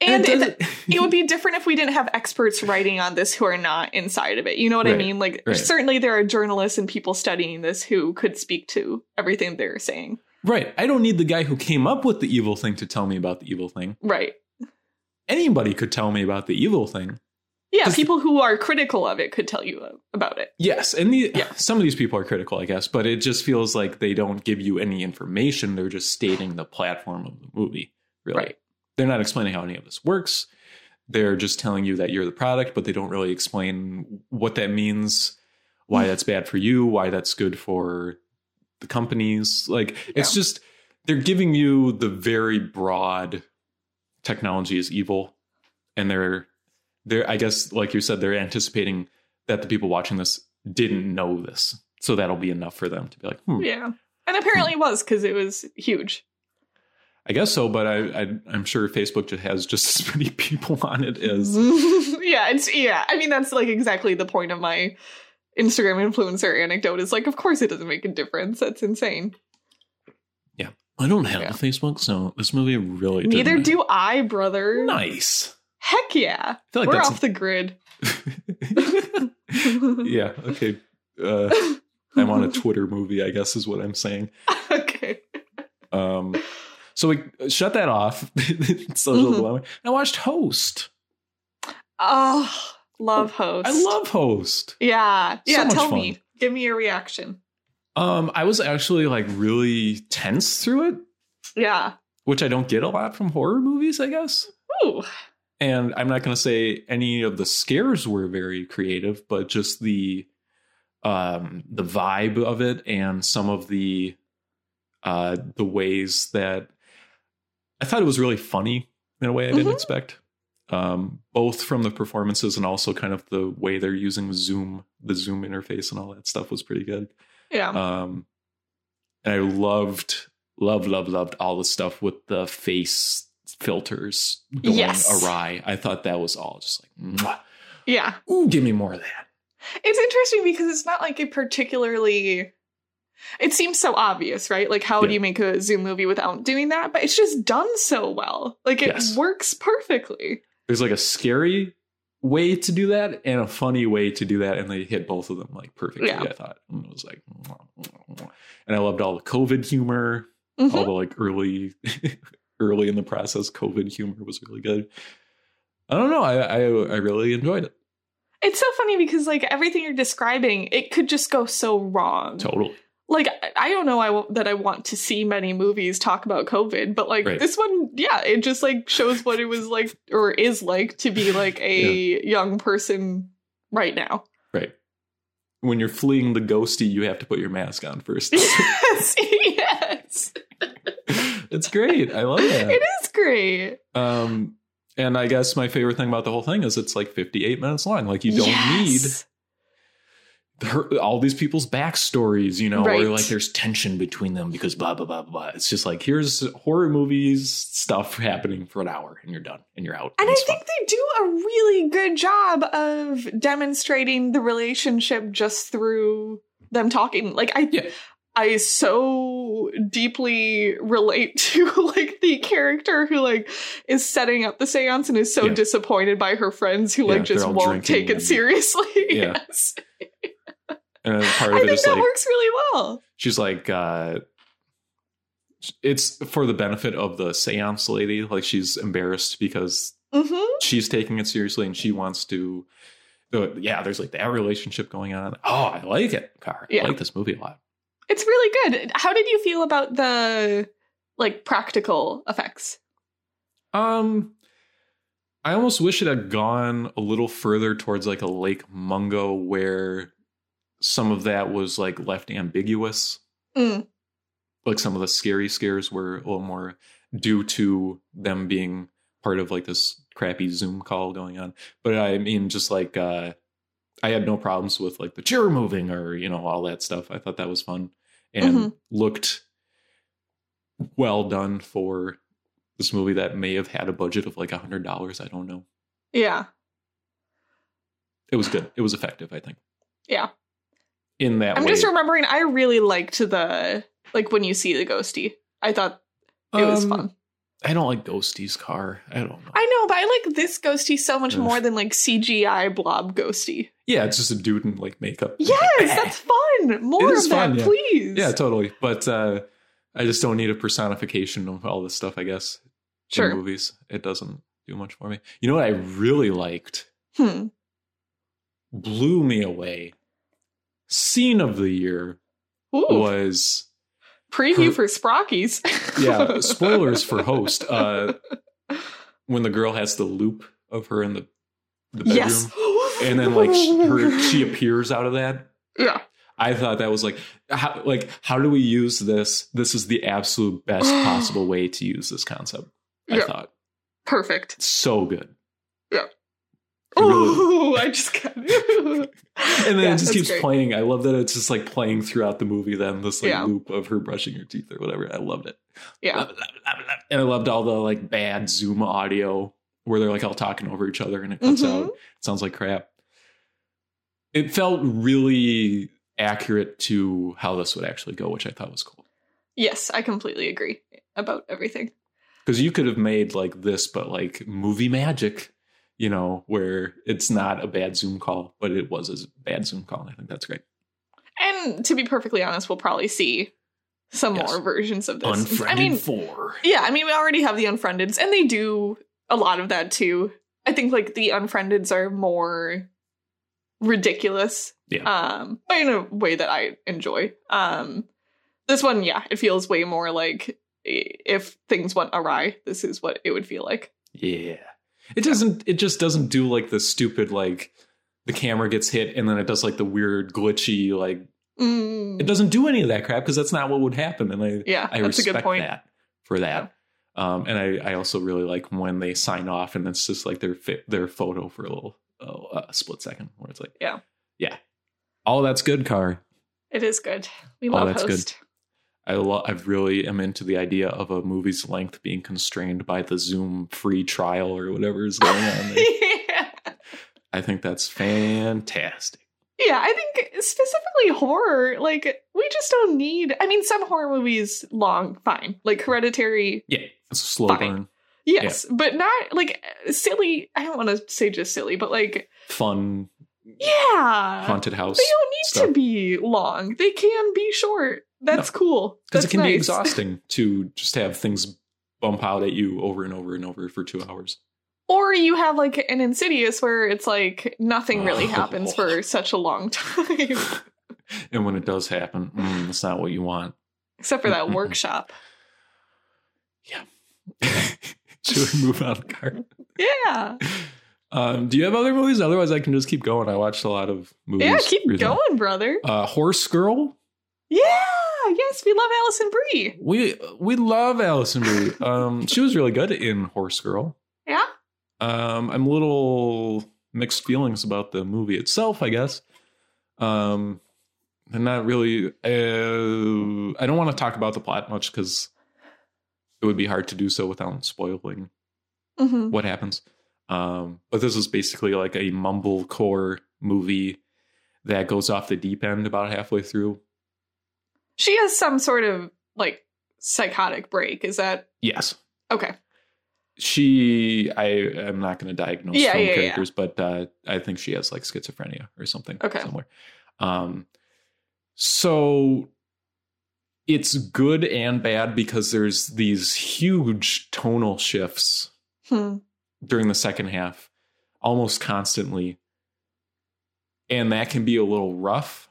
and it, doesn't- it would be different if we didn't have experts writing on this who are not inside of it. You know what I Right, mean? Like, right. certainly there are journalists and people studying this who could speak to everything they're saying. right. I don't need the guy who came up with the evil thing to tell me about the evil thing. Right. Anybody could tell me about the evil thing. Yeah, Does- people who are critical of it could tell you uh, about it. Yes, and the, some of these people are critical, I guess, but it just feels like they don't give you any information. They're just stating the platform of the movie. Really, Right. they're not explaining how any of this works. They're just telling you that you're the product, but they don't really explain what that means, why that's bad for you, why that's good for the companies. Like it's Yeah. just they're giving you the very broad technology is evil, and they're they're I guess like you said they're anticipating that the people watching this didn't know this. So that'll be enough for them to be like, hmm, Yeah. And apparently it was because it was huge. I guess so. But I, I, I'm sure Facebook just has just as many people on it as yeah, it's yeah. I mean, that's like exactly the point of my Instagram influencer anecdote is like, of course it doesn't make a difference. That's insane. I don't have Yeah. Facebook. So this movie really didn't Neither matter. do I, brother. nice. Heck yeah. I feel like We're that's off the grid. yeah. Okay. Uh, I'm on a Twitter movie. I guess is what I'm saying. okay. Um, so we shut that off. Social Mhm. dilemma. I watched Host. Oh, love host. I love Host. Yeah. Yeah. much tell fun. me. Give me your reaction. Um, I was actually like really tense through it, Yeah. which I don't get a lot from horror movies, I guess. Ooh. And I'm not going to say any of the scares were very creative, but just the um the vibe of it and some of the uh the ways that I thought it was really funny in a way I didn't Mhm. expect. Um, both from the performances and also kind of the way they're using Zoom, the Zoom interface and all that stuff was pretty good. Yeah. Um, and I loved, loved, loved, loved all the stuff with the face filters going Yes. awry. I thought that was all just like, mwah. yeah. ooh, give me more of that. It's interesting because it's not like a particularly. It seems so obvious, right? Like, how do Yeah. you make a Zoom movie without doing that? But it's just done so well. Like, it Yes. works perfectly. There's like a scary way to do that and a funny way to do that, and they hit both of them like perfectly. Yeah. I thought and it was like, mwah, mwah, mwah. and I loved all the COVID humor, Mhm. all the like early, early in the process COVID humor was really good. I don't know. I I, I really enjoyed it. It's so funny because, like, everything you're describing, it could just go so wrong. Totally. like I- I don't know I w- that I want to see many movies talk about COVID, but like Right. this one, yeah, it just like shows what it was like or is like to be like a young person right now. Right. When you're fleeing the ghosty, you have to put your mask on first. yes, yes, it's great. I love that. it is great. Um, and I guess my favorite thing about the whole thing is it's like 58 minutes long. Like you don't need Yes. her, all these people's backstories, you know, Right. or like there's tension between them because blah blah blah blah. blah. It's just like here's horror movies stuff happening for an hour and you're done and you're out. And I it's think they do a really good job of demonstrating the relationship just through them talking. Like I Yeah. I so deeply relate to like the character who like is setting up the séance and is so Yeah. disappointed by her friends who Yeah, like they're just all won't drinking take it and- seriously. Yeah. yes. fun. and part I of it think is that like works really well. she's like uh it's for the benefit of the séance lady. Like she's embarrassed because Mhm. she's taking it seriously and she wants to uh, yeah, there's like that relationship going on. Oh, I like it. Car. Yeah. I like this movie a lot. It's really good. How did you feel about the like practical effects? Um, I almost wish it had gone a little further towards like a Lake Mungo, where some of that was like left ambiguous. Mm. Like some of the scary scares were a little more due to them being part of like this crappy Zoom call going on. But I mean, just like uh, I had no problems with like the chair moving or you know all that stuff. I thought that was fun and Mhm. looked well done for this movie that may have had a budget of like a hundred dollars. I don't know. Yeah. It was good. It was effective. I think. Yeah. In that I'm way, just remembering I really liked the like when you see the ghosty. I thought it was Um, fun. I don't like Ghosty's car. I don't know. I know, but I like this ghosty so much Ugh. more than like CGI blob ghosty. yeah, it's just a dude in like makeup. Yes, that's fun. More is of that, fun, yeah. please. yeah, totally. But uh, I just don't need a personification of all this stuff. I guess in sure. movies, it doesn't do much for me. You know what I really liked? Hmm. Blew me away. Scene of the year Ooh, was preview her- for Sprockies. yeah spoilers for host uh when the girl has the loop of her in the the bedroom yes. and then like sh- her she appears out of that yeah. i thought that was like how like how do we use this this is the absolute best possible way to use this concept i Yeah. thought Perfect. so good Really- Ooh, I just got And and then it just keeps playing i love that it's just like playing throughout the movie then this like Yeah. loop of her brushing her teeth or whatever i loved it Yeah. Love it, love it, love it, love it. and i loved all the like bad zoom audio where they're like all talking over each other and it cuts out Mhm. sounds like crap. It felt really accurate to how this would actually go, which I thought was cool. Yes, I completely agree about everything. Because you could have made like this, but like movie magic, you know, where it's not a bad Zoom call, but it was a bad Zoom call. And I think that's great. And to be perfectly honest, we'll probably see some Yes. more versions of this. Unfriended I mean, four. yeah, I mean, we already have the Unfriendeds, and they do a lot of that too. I think like the Unfriendeds are more ridiculous, Yeah. um, but in a way that I enjoy. Um, this one, yeah, it feels way more like i- if things went awry, this is what it would feel like. Yeah. It doesn't it just doesn't do like the stupid like the camera gets hit and then it does like the weird glitchy like Mm, it doesn't do any of that crap because that's not what would happen. And I yeah, I that's a respect good point. that for that. Um, and I, I also really like when they sign off and it's just like their fit, their photo for a little oh, uh, split second where it's like Yeah. yeah oh that's good car It is good. We Oh, love that's good. host. I lo- I really am into the idea of a movie's length being constrained by the Zoom free trial or whatever is going on. there. yeah. I think that's fantastic. Yeah, I think specifically horror, like, we just don't need. I mean, some horror movies long, fine. Like, Hereditary, Yeah, it's a slow Fine. burn, yes, but not like silly. I don't want to say just silly, but like, fun yeah. haunted house they don't need Mm, stuff. to be long, they can be short. That's cool. because That's it can nice. be exhausting to just have things bump out at you over and over and over for two hours. Or you have like an Insidious where it's like nothing really Oh. happens for such a long time. and when it does happen, mm, it's not what you want. Except for that Mm-mm-mm. workshop. Should we move on, Car? Yeah. Um, do you have other movies? Otherwise, I can just keep going. I watched a lot of movies. Yeah, keep recently. going, brother. Uh, Horse Girl. Yeah. Yes, we love Allison Brie. We we love Allison Brie. Um, she was really good in Horse Girl. Yeah. Um, I'm a little mixed feelings about the movie itself, I guess. Um, I'm not really. Uh, I don't want to talk about the plot much because it would be hard to do so without spoiling Mm-hmm. what happens. Um, but this is basically like a mumblecore movie that goes off the deep end about halfway through. She has some sort of like psychotic break. Is that Yes, okay? she i am not going to diagnose Yeah, film yeah, yeah. characters but uh, i think she has like schizophrenia or something Okay. somewhere um so it's good and bad because there's these huge tonal shifts Hmm. during the second half almost constantly and that can be a little rough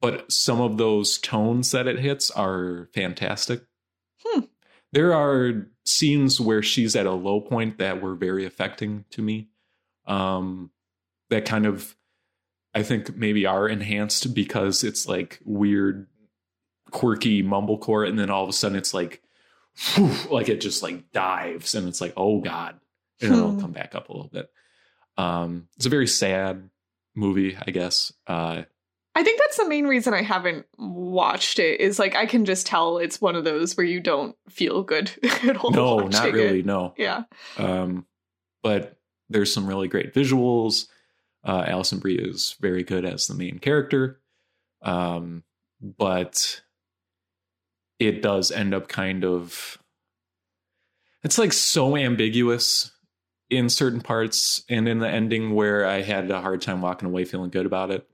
but some of those tones that it hits are fantastic Hmm. there are scenes where she's at a low point that were very affecting to me um that kind of i think maybe are enhanced because it's like weird quirky mumblecore and then all of a sudden it's like whew, like it just like dives and it's like oh god and then it'll Hmm. come back up a little bit um it's a very sad movie i guess uh I think that's the main reason I haven't watched it. Is like I can just tell it's one of those where you don't feel good at all. no not watching really it. no Yeah. Um, but there's some really great visuals. Uh, Alison Brie is very good as the main character, um, but it does end up kind of. It's like so ambiguous in certain parts and in the ending where I had a hard time walking away feeling good about it,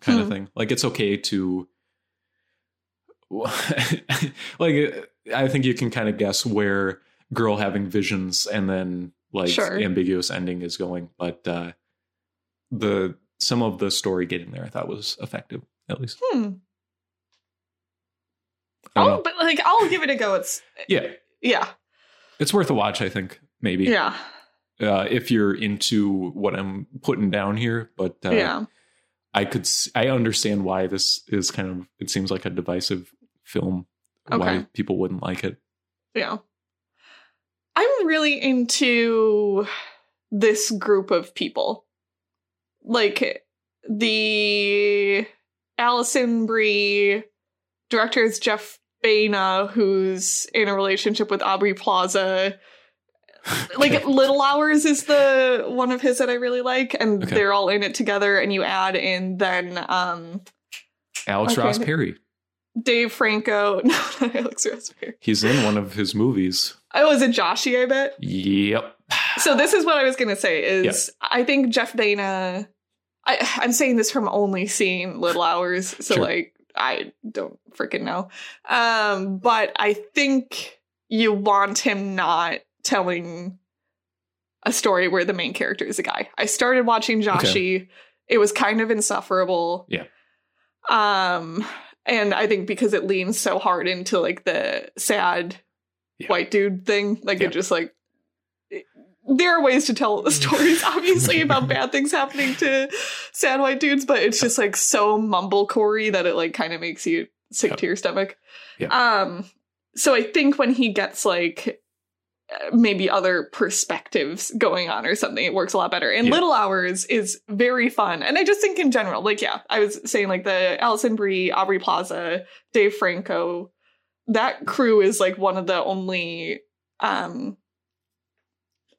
kind of Hmm. thing. Like it's okay to. like I think you can kind of guess where girl having visions and then like Sure. ambiguous ending is going but uh the some of the story getting there i thought was effective at least Hmm. I don't Oh, know. but like I'll give it a go. It's yeah yeah, it's worth a watch i think maybe yeah, uh if you're into what i'm putting down here but uh, yeah. i could s- i understand why this is kind of it seems like a divisive film why Okay. people wouldn't like it Yeah. I'm really into this group of people. Like the Allison Brie director is Jeff Baina, who's in a relationship with Aubrey Plaza. Like Little Hours is the one of his that I really like, and Okay. they're all in it together. And you add in then um, alex Okay. ross perry Dave Franco. No, not Alex Raspberry. he's in one of his movies Oh, is it Joshi? I bet. yep So this is what I was gonna say is I think Jeff Baina I I'm saying this from only seeing Little Hours, so Sure. like I don't freaking know. Um but I think you want him not telling a story where the main character is a guy. I started watching Joshi. It was kind of insufferable. Yeah. Um and I think because it leans so hard into like the sad Yeah. white dude thing, like Yeah. it just like it- there are ways to tell stories, obviously, about bad things happening to sad white dudes, but it's just like so mumblecorey that it like kind of makes you sick Yeah. to your stomach. Yeah. Um, so I think when he gets like uh, maybe other perspectives going on or something, it works a lot better. And Yeah. Little Hours is very fun, and I just think in general, like yeah, I was saying like the Allison Brie, Aubrey Plaza, Dave Franco, that crew is like one of the only um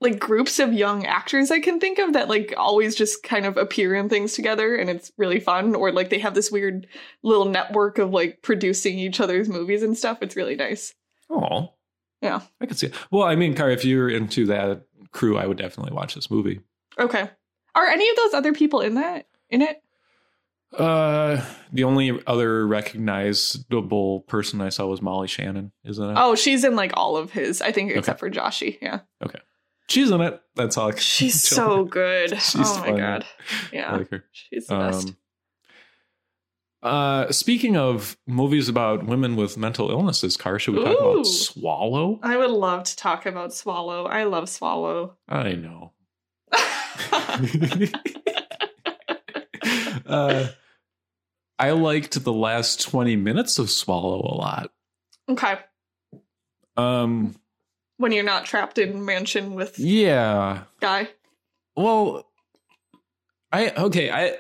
like groups of young actors I can think of that like always just kind of appear in things together and it's really fun or like they have this weird little network of like producing each other's movies and stuff. It's really nice. Oh. Yeah. I can see it. Well, I mean, Kara, if you're into that crew, I would definitely watch this movie. Okay. Are any of those other people in that in it? Uh the only other recognizable person I saw was Molly Shannon, isn't it? Oh, she's in like all of his, I think except for Joshi. Yeah. She's in it. That's all I can She's tell. so good. She's um, oh my fun. god. Yeah. I like her. She's the best. Um, Uh, speaking of movies about women with mental illnesses, Car, should we talk Ooh. about Swallow? I would love to talk about Swallow. I love Swallow. I know. uh, I liked the last 20 minutes of Swallow a lot. okay. Um, When you're not trapped in mansion with yeah. guy. Well, I okay, I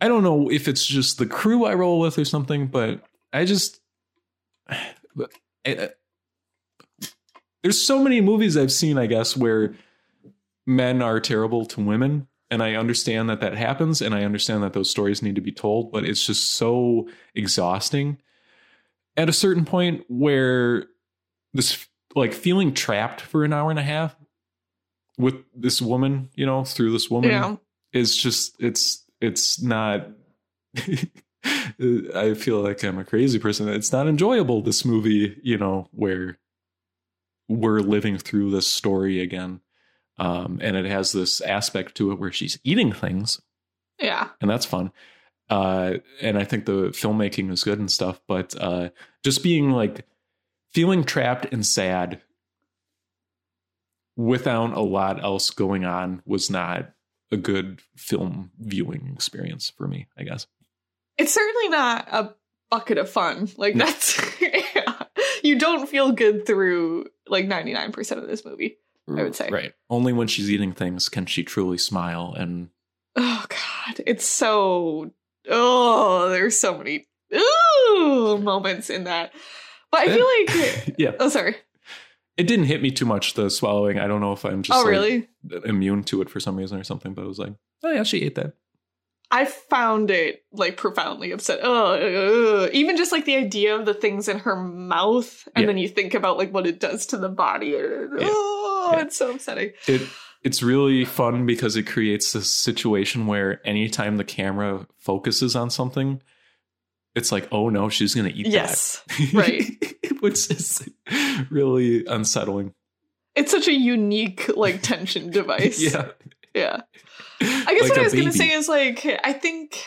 I don't know if it's just the crew I roll with or something, but I just but I- I- there's so many movies I've seen, I guess, where men are terrible to women, and I understand that that happens, and I understand that those stories need to be told, but it's just so exhausting at a certain point where this like feeling trapped for an hour and a half with this woman, you know, through this woman Yeah. it's just it's it's not i feel like i'm a crazy person it's not enjoyable this movie you know where we're living through this story again um and it has this aspect to it where she's eating things Yeah. and that's fun uh and i think the filmmaking is good and stuff but uh just being like feeling trapped and sad without a lot else going on was not a good film viewing experience for me i guess It's certainly not a bucket of fun. Like No. that's yeah. you don't feel good through like 99% of this movie. I would say. right only when she's eating things can she truly smile and Oh god, it's so oh, there's so many ooh moments in that. But I feel like yeah oh sorry. it didn't hit me too much the swallowing i don't know if i'm just oh like, really? immune to it for some reason or something but it was like oh yeah she ate that I found it like profoundly upset. Oh, Ugh, ugh. Even just like the idea of the things in her mouth, and Yeah. then you think about like what it does to the body. Oh, Yeah. it's so upsetting. it it's really fun because it creates this situation where anytime the camera focuses on something it's like oh no she's gonna eat Yes, that right. which is really unsettling it's such a unique like tension device. yeah yeah. I guess what I was going to say is like I think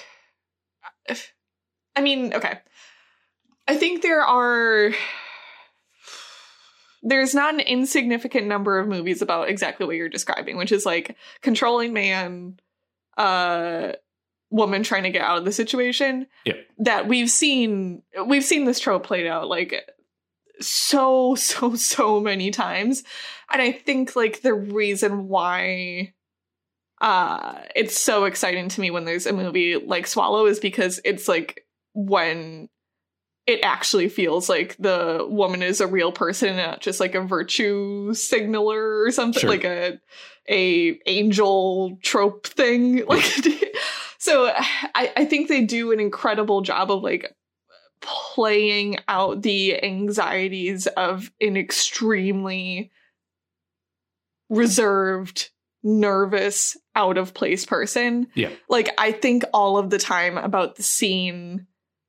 I mean, okay. I think there are there's not an insignificant number of movies about exactly what you're describing, which is like controlling man uh woman trying to get out of the situation. Yeah. That we've seen we've seen this trope played out like so so so many times. And I think like the reason why uh it's so exciting to me when there's a movie like swallow is because it's like when it actually feels like the woman is a real person and not just like a virtue signaler or something Sure. like a a angel trope thing like so I, I think they do an incredible job of like playing out the anxieties of an extremely reserved nervous out of place person Yeah. like i think all of the time about the scene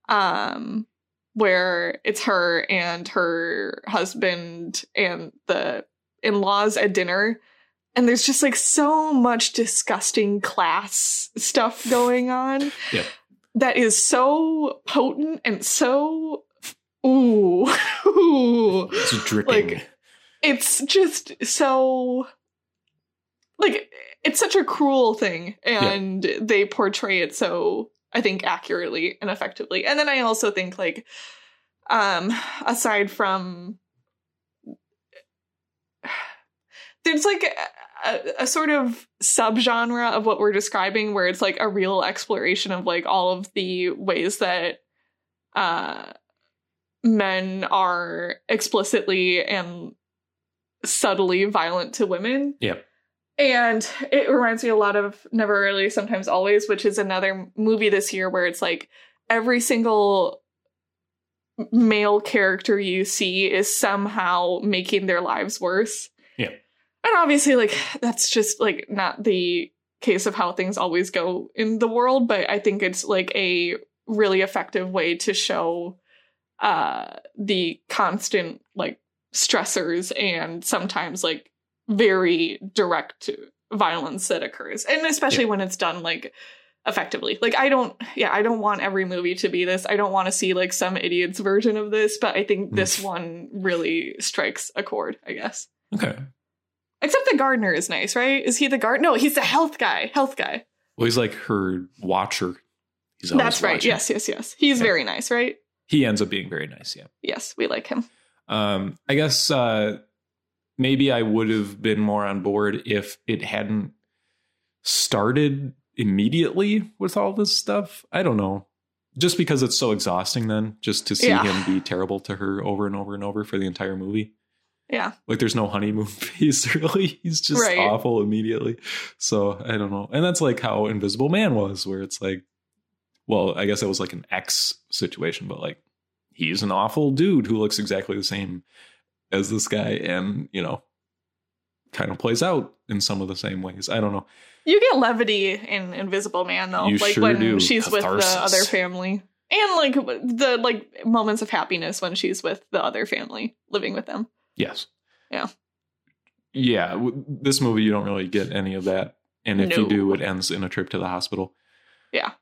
um where it's her and her husband and the in-laws at dinner and there's just like so much disgusting class stuff going on Yeah. that is so potent and so ooh, ooh it's dripping like, it's just so like it's such a cruel thing and they portray it so i think accurately and effectively and then i also think like um aside from there's like a, a sort of subgenre of what we're describing where it's like a real exploration of like all of the ways that uh men are explicitly and subtly violent to women. Yeah. And it reminds me a lot of Never Really, Sometimes Always, which is another movie this year where it's like every single male character you see is somehow making their lives worse. Yeah. And obviously, like, that's just like not the case of how things always go in the world, but I think it's like a really effective way to show uh the constant like stressors and sometimes like very direct violence that occurs and especially when it's done like effectively. Like I don't yeah, I don't want every movie to be this. I don't want to see like some idiot's version of this, but I think this one really strikes a chord, I guess. Okay. Except the gardener is nice, right? Is he the gardener? No, he's the health guy. Health guy. Well, he's like her watcher. He's always That's right. watching. Yes, yes, yes. He's Yeah. very nice, right? He ends up being very nice. Yeah. Yes, we like him. Um, I guess uh, maybe I would have been more on board if it hadn't started immediately with all this stuff. I don't know. Just because it's so exhausting, then just to see Yeah. him be terrible to her over and over and over for the entire movie. Yeah. Like there's no honeymoon phase, really. He's just Right. awful immediately. So I don't know. And that's like how Invisible Man was, where it's like, well, I guess that was like an ex situation, but like he's an awful dude who looks exactly the same as this guy and, you know, kind of plays out in some of the same ways. I don't know. You get levity in Invisible Man though, You like sure when do. she's with Catharsis. the other family. And like the like moments of happiness when she's with the other family, living with them. Yes. Yeah. Yeah. w- This movie, you don't really get any of that. And if you No. do, it ends in a trip to the hospital. Yeah.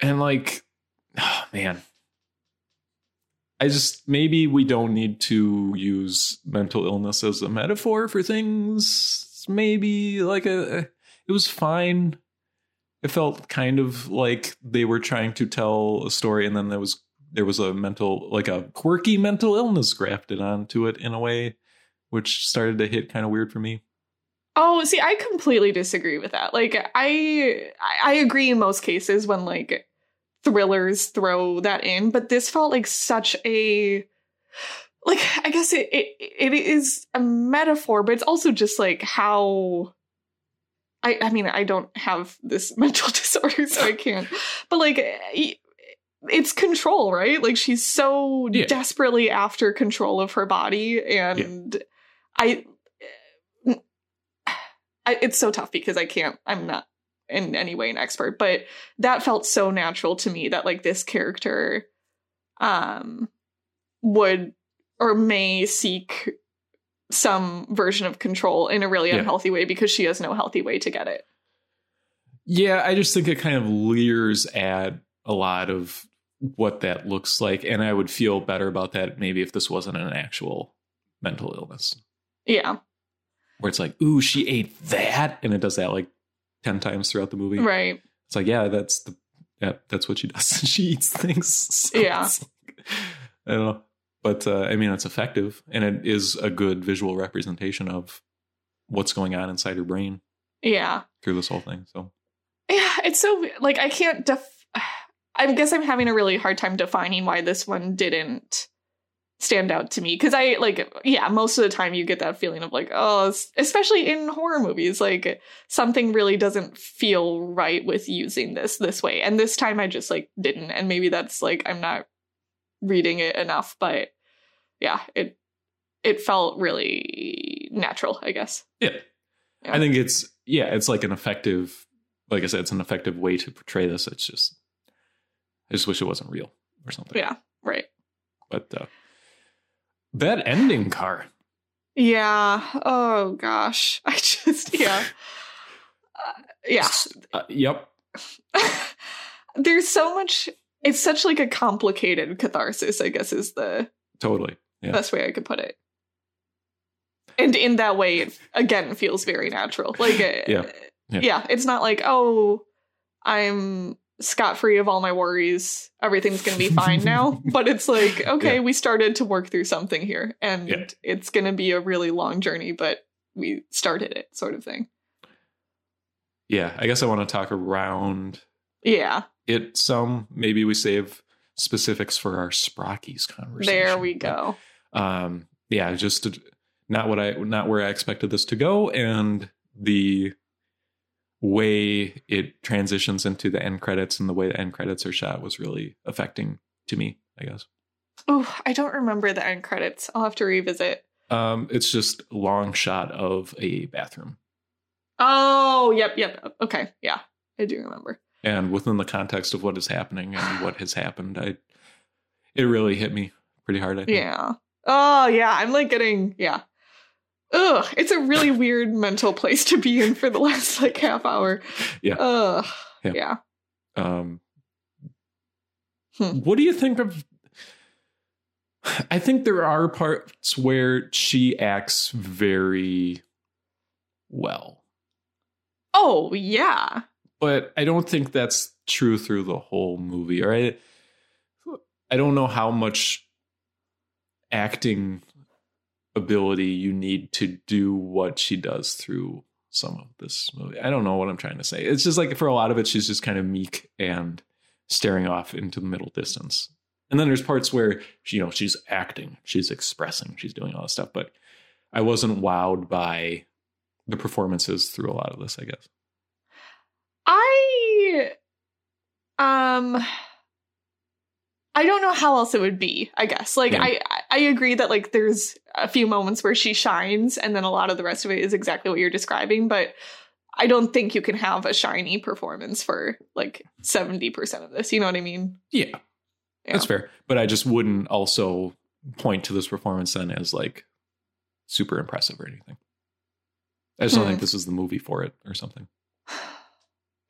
And like, oh, man. I just, maybe we don't need to use mental illness as a metaphor for things. Maybe like a, it was fine. It felt kind of like they were trying to tell a story and then there was there was a mental like a quirky mental illness grafted onto it in a way which started to hit kind of weird for me Oh, see, I completely disagree with that. Like, I I I agree in most cases when like thrillers throw that in, but this felt like such a like I guess it it, it is a metaphor, but it's also just like how I I mean I don't have this mental disorder, so I can't. But like. y- It's control, right? Like she's so Yeah. desperately after control of her body, and I I, it's so tough because I can't, I'm not in any way an expert, but that felt so natural to me that like this character um would or may seek some version of control in a really Yeah. unhealthy way because she has no healthy way to get it. yeah i just think it kind of leers at a lot of what that looks like and i would feel better about that maybe if this wasn't an actual mental illness Yeah. where it's like ooh she ate that and it does that like 10 times throughout the movie Right. it's like yeah that's the yeah, that's what she does she eats things So Yeah. it's like- i don't know but uh, i mean it's effective and it is a good visual representation of what's going on inside her brain Yeah. through this whole thing so Yeah, it's so like I can't def I guess I'm having a really hard time defining why this one didn't stand out to me cuz I like yeah, most of the time you get that feeling of like oh, s- especially in horror movies like something really doesn't feel right with using this this way. And this time I just like didn't and maybe that's like I'm not reading it enough, but yeah, it it felt really natural, I guess. yeah. Yeah. i think it's yeah it's like an effective like i said it's an effective way to portray this it's just i just wish it wasn't real or something Yeah, right. but uh, that ending car Yeah. Oh gosh. I just yeah. Uh, yeah. uh, yep There's so much it's such like a complicated catharsis, I guess is the totally Yeah. best way I could put it. And in that way it again feels very natural. Like it, Yeah. Yeah. yeah. it's not like, oh, I'm scot free of all my worries. Everything's going to be fine now. But it's like, okay, Yeah. we started to work through something here and Yeah. it's going to be a really long journey, but we started it sort of thing. yeah i guess i want to talk around Yeah. it some. Maybe we save specifics for our Sprockies conversation. There we go. But, um, yeah, just to, not what I not where I expected this to go, and the way it transitions into the end credits and the way the end credits are shot was really affecting to me. I guess Oh, I don't remember the end credits. I'll have to revisit. um, it's just a long shot of a bathroom, Oh, yep, yep. Okay. Yeah. I do remember. and within the context of what is happening and what has happened, I it really hit me pretty hard. I think. Yeah. Oh, yeah. I'm like getting, yeah. Ugh. It's a really weird mental place to be in for the last like half hour. Yeah. Ugh. Yeah. yeah. Um, Hmm. What do you think of? I think there are parts where she acts very well, Oh yeah. but I don't think that's true through the whole movie. Or I, I don't know how much acting ability you need to do what she does through some of this movie. I don't know what I'm trying to say. It's just like for a lot of it, she's just kind of meek and staring off into the middle distance. And then there's parts where you know she's acting, she's expressing, she's doing all this stuff. But I wasn't wowed by the performances through a lot of this. I guess. I um I don't know how else it would be, I guess. Like Yeah. I I I agree that like there's a few moments where she shines and then a lot of the rest of it is exactly what you're describing, but I don't think you can have a shiny performance for like 70% of this, you know what I mean? Yeah, that's Yeah. fair. But I just wouldn't also point to this performance then as like super impressive or anything. I just don't Hmm. think this is the movie for it or something.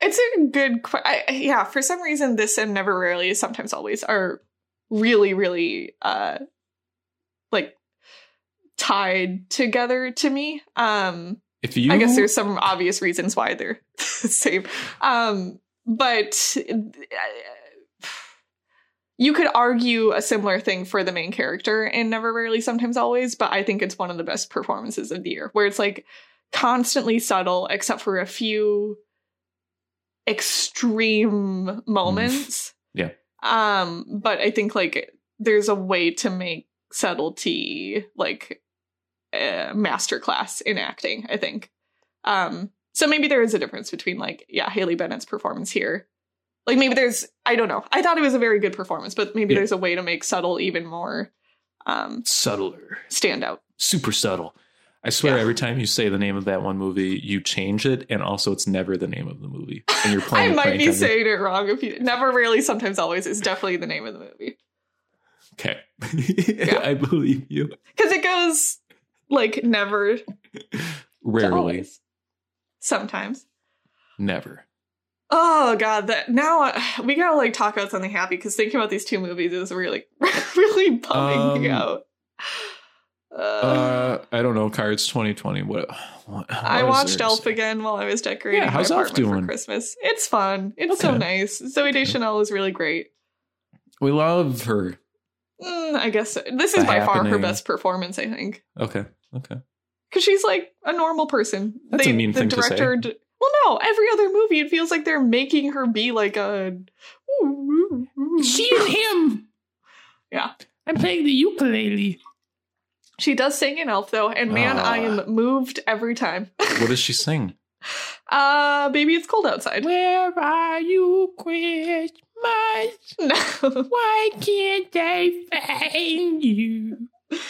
It's a good question. Yeah, for some reason, this and never rarely, sometimes always are really, really uh, like tied together to me. Um, If you, I guess there's some obvious reasons why they're the same. Um, but uh, you could argue a similar thing for the main character in Never Rarely, Sometimes Always, but I think it's one of the best performances of the year, where it's like constantly subtle, except for a few extreme moments. Mm. Yeah. Um, but I think like there's a way to make subtlety like a masterclass in acting, I think. Um, so maybe there is a difference between like, yeah, Haley Bennett's performance here. Like maybe there's I don't know. I thought it was a very good performance, but maybe Yeah. there's a way to make subtle even more um subtler, stand out. super subtle. I swear, Yeah. every time you say the name of that one movie, you change it, and also it's never the name of the movie, and you're playing. I a might prank be on me. saying it wrong if you never really, sometimes always is definitely the name of the movie. okay. I believe you. Because it goes like never to Rarely, always. Sometimes. never. Oh god, that now uh, we gotta like talk about something happy because thinking about these two movies is really, really bumming me Um, out. Uh, Uh, I don't know. Cards 2020. What? what what is I watched there to Elf say? again while I was decorating Yeah, how's my Elf apartment doing? for Christmas. It's fun. It's so Okay. nice. Zoe Okay. Deschanel is really great. We love her. Mm, I guess so. this is The by far her Happening. best performance. I think Okay. Okay. because she's like a normal person. That's a mean thing to say. d- well, no, every other movie it feels like they're making her be like a. and him. Yeah. I'm playing the ukulele. She does sing in Elf though, and man, I Ah. am moved every time. What does she sing? Uh, baby, it's cold outside. Where are you, Christmas? No. Why can't I find you? Is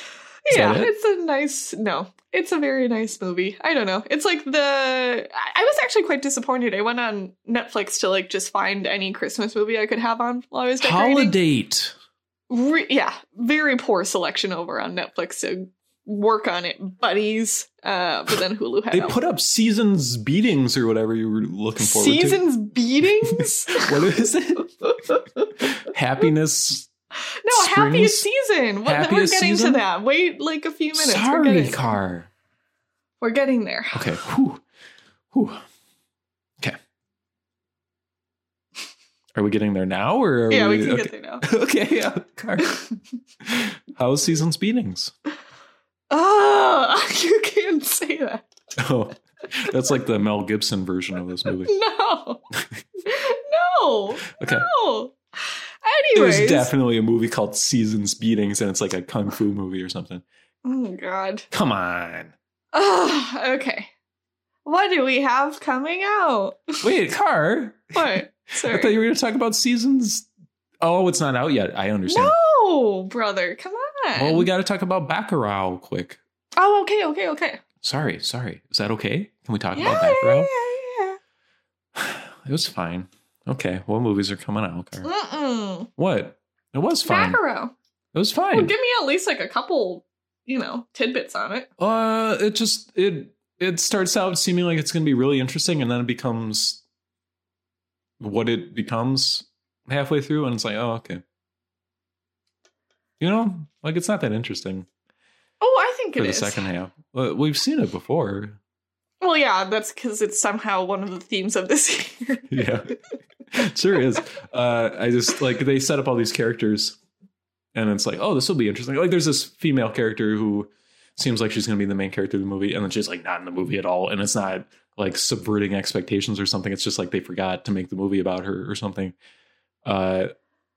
yeah, that it? it's a nice. No, it's a very nice movie. I don't know. It's like the. I I was actually quite disappointed. I went on Netflix to like just find any Christmas movie I could have on while I was decorating. Holiday. Re- yeah, very poor selection over on Netflix. So work on it, buddies. Uh, but then Hulu had They out. put up seasons beatings or whatever you were looking forward seasons beatings. to. What is it? Happiness. No, happiest Springs? season. What, Happiest we're getting season? to that. Wait, like a few minutes. we're, Sorry, getting, car. we're getting there. Okay. Whew. Whew. Okay. Are we getting there now, or are yeah, we we, can okay. get there now. okay, yeah, car. How's seasons beatings? Oh, you can't say that. Oh, that's like the Mel Gibson version of this movie. No, no, Okay. no. There's Anyways, definitely a movie called Seasons Beatings, and it's like a kung fu movie or something. oh god. Come on. Oh, okay. What do we have coming out? Wait, car. What? I thought Sorry. you were going to talk about seasons. Oh, it's not out yet. I understand. No, brother. Come on. Well, we got to talk about Baccarat quick. Oh, okay, okay, okay. Sorry, sorry. Is that okay? Can we talk Yeah, about yeah, yeah, Baccarat? yeah. It was fine. Okay, what movies are coming out? Car? Mm-mm. What? It was fine. Baccarat. It was fine. Well, give me at least like a couple, you know, tidbits on it. Uh, it just it it starts out seeming like it's going to be really interesting, and then it becomes what it becomes halfway through, and it's like, oh, okay. You know, like it's not that interesting Oh, I think for it the is. second half. Well, We've seen it before. Well, yeah, that's because it's somehow one of the themes of this year. Yeah, sure is. Uh, I just like they set up all these characters, and it's like, oh, this will be interesting. Like, there's this female character who seems like she's going to be the main character of the movie, and then she's like not in the movie at all, and it's not like subverting expectations or something. It's just like they forgot to make the movie about her or something. Uh,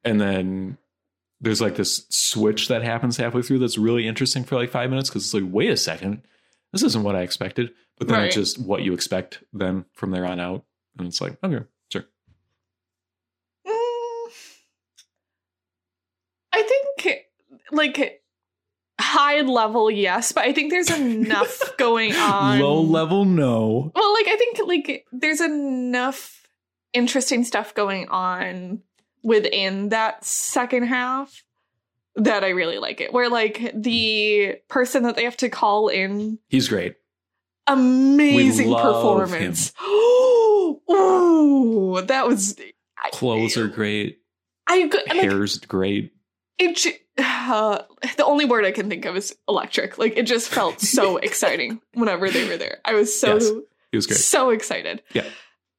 and then there's like this switch that happens halfway through that's really interesting for like five minutes because it's like, wait a second, this isn't what I expected. But then it's Right. just what you expect then from there on out, and it's like, okay, sure. Mm. I think, like, high level, yes, but I think there's enough going on. Low level, no. Well, like, I think, like, there's enough interesting stuff going on within that second half that I really like it. Where, like, the person that they have to call in He's great. amazing We love performance. Ooh, that was I- Clothes are great. I go- like Hair's great. it. ju- Uh, the only word I can think of is electric. Like it just felt so exciting whenever they were there. I was Yes, so He was great. so excited. Yeah.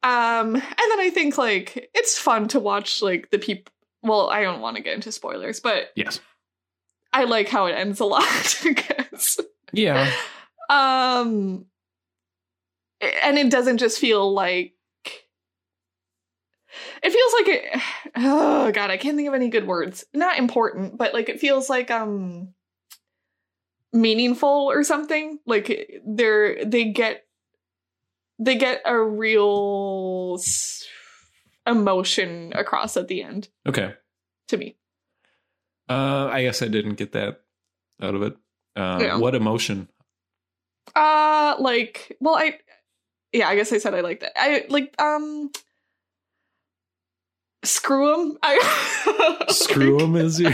Um, and then I think like it's fun to watch like the people. Well, I don't want to get into spoilers, but Yes. I like how it ends a lot. I guess. Yeah. um and it doesn't just feel like it feels like it oh god i can't think of any good words not important but like it feels like um meaningful or something like they're they get they get a real s- emotion across at the end Okay. to me Uh, I guess I didn't get that out of it. Uh, Yeah. What emotion? Uh, like, well, I, yeah, I guess I said I like that. I like, um, screw him. I Screw him is. your-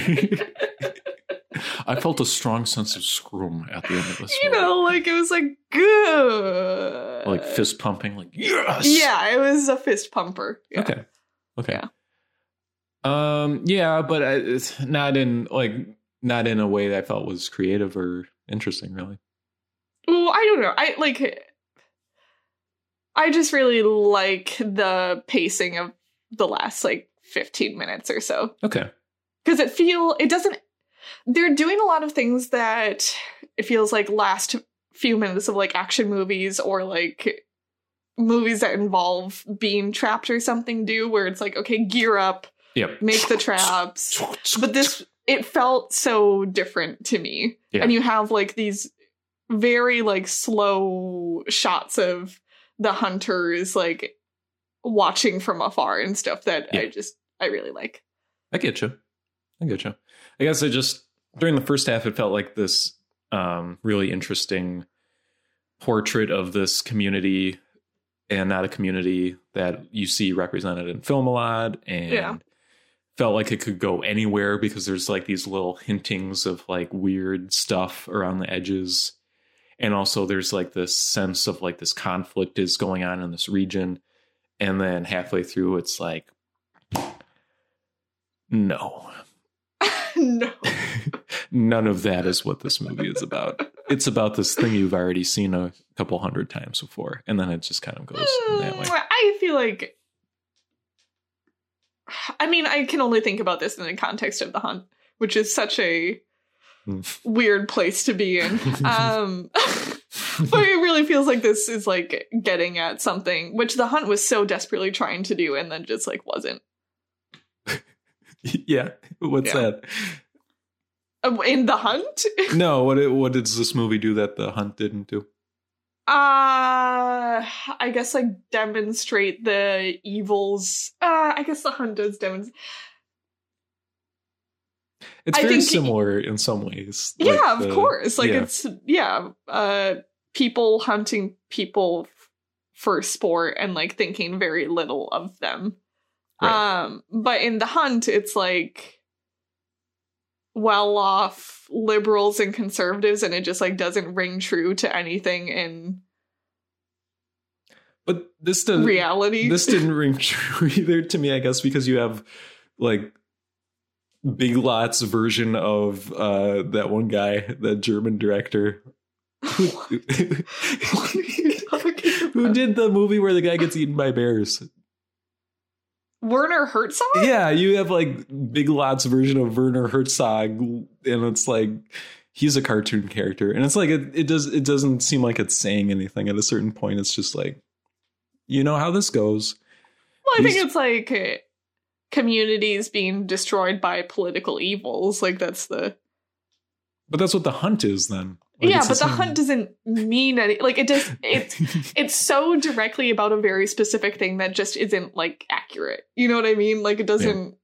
I felt a strong sense of screw him at the end of this. You one. know, like it was like good, like fist pumping, like yes. Yeah, it was a fist pumper. Yeah. Okay. Okay. Um. Yeah, but I, it's not in like not in a way that I felt was creative or interesting. Really. Well, I don't know. I like. I just really like the pacing of the last like fifteen minutes or so. Okay. because it feel it doesn't they're doing a lot of things that it feels like last few minutes of like action movies or like movies that involve being trapped or something do where it's like okay gear up Yep. make the traps but this it felt so different to me Yeah. and you have like these very like slow shots of the hunters like watching from afar and stuff that i Yeah. just i really like I get you. I get you. I guess I just during the first half, it felt like this um, really interesting portrait of this community, and not a community that you see represented in film a lot, and Yeah. felt like it could go anywhere because there's like these little hintings of like weird stuff around the edges, and also there's like this sense of like this conflict is going on in this region, and then halfway through, it's like. No, no none of that is what this movie is about. It's about this thing you've already seen a couple hundred times before, and then it just kind of goes in that way. Mm, I feel like. I mean, I can only think about this in the context of the hunt, which is such a Mm. weird place to be in. um, but it really feels like this is like getting at something, which the hunt was so desperately trying to do and then just like wasn't. yeah, what's Yeah. that? Uh, In the hunt? No, what it, what does this movie do that the hunt didn't do? Uh, I guess like demonstrate the evils. Uh, I guess the hunt does demonstrate. It's I very think- similar in some ways. like yeah of the- course like yeah. it's yeah uh people hunting people f- for sport and like thinking very little of them Right. um but in the hunt it's like well off liberals and conservatives and it just like doesn't ring true to anything in But this doesn't reality. Uh, this didn't ring true either to me, I guess, because you have like Big Lots version of uh that one guy, the German director. Who, What are you talking who about? did the movie where the guy gets eaten by bears? Werner Herzog? Yeah, you have like Big Lots version of Werner Herzog, and it's like he's a cartoon character, and it's like it, it does it doesn't seem like it's saying anything. At a certain point, it's just like, you know how this goes. Well, I think He's- it's like uh, communities being destroyed by political evils. Like that's the But that's what the hunt is then. yeah, but the hunt doesn't mean any. Like it does. It's it's so directly about a very specific thing that just isn't like accurate. You know what I mean? Like it doesn't.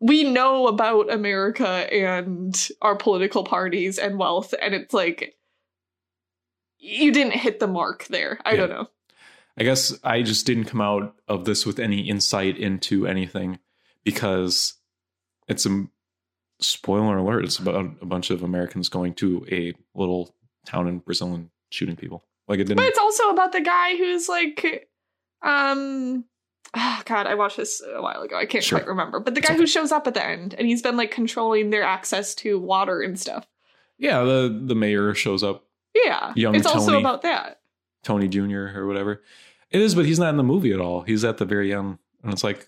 We know about America and our political parties and wealth, and it's like you didn't hit the mark there. I Yeah. don't know. I guess I just didn't come out of this with any insight into anything because it's a spoiler alert. It's about a bunch of Americans going to a little town in Brazil and shooting people. Like it But didn't. it's also about the guy who's like, um, ah, God, I watched this a while ago. I can't Sure. quite remember. But the It's guy okay. who shows up at the end and he's been like controlling their access to water and stuff. Yeah, the the mayor shows up, Yeah, Young it's also Tony. about that. Tony Jr. or whatever. It is, but he's not in the movie at all. He's at the very end, and it's like,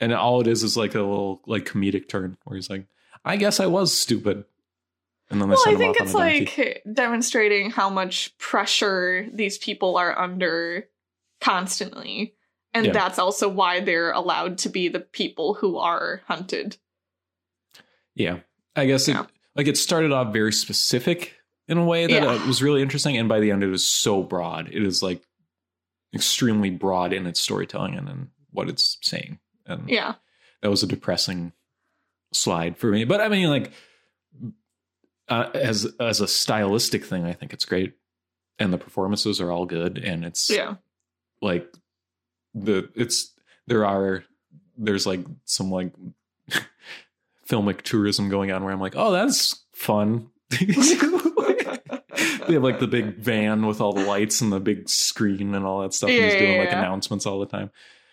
and all it is is like a little like comedic turn where he's like, "I guess I was stupid," and then they well, send him I think off it's on a donkey. like demonstrating how much pressure these people are under constantly. And Yeah. that's also why they're allowed to be the people who are hunted. Yeah, I guess Yeah. it like it started off very specific in a way that Yeah. uh, was really interesting, and by the end it was so broad. It is like extremely broad in its storytelling and in what it's saying. And Yeah. that was a depressing slide for me. But I mean, like uh, as as a stylistic thing, I think it's great, and the performances are all good, and it's Yeah. like the it's there are there's like some like filmic tourism going on where I'm like, oh, that's fun. they have like the big van with all the lights and the big screen and all that stuff. and he's Yeah, doing yeah, like yeah. announcements all the time.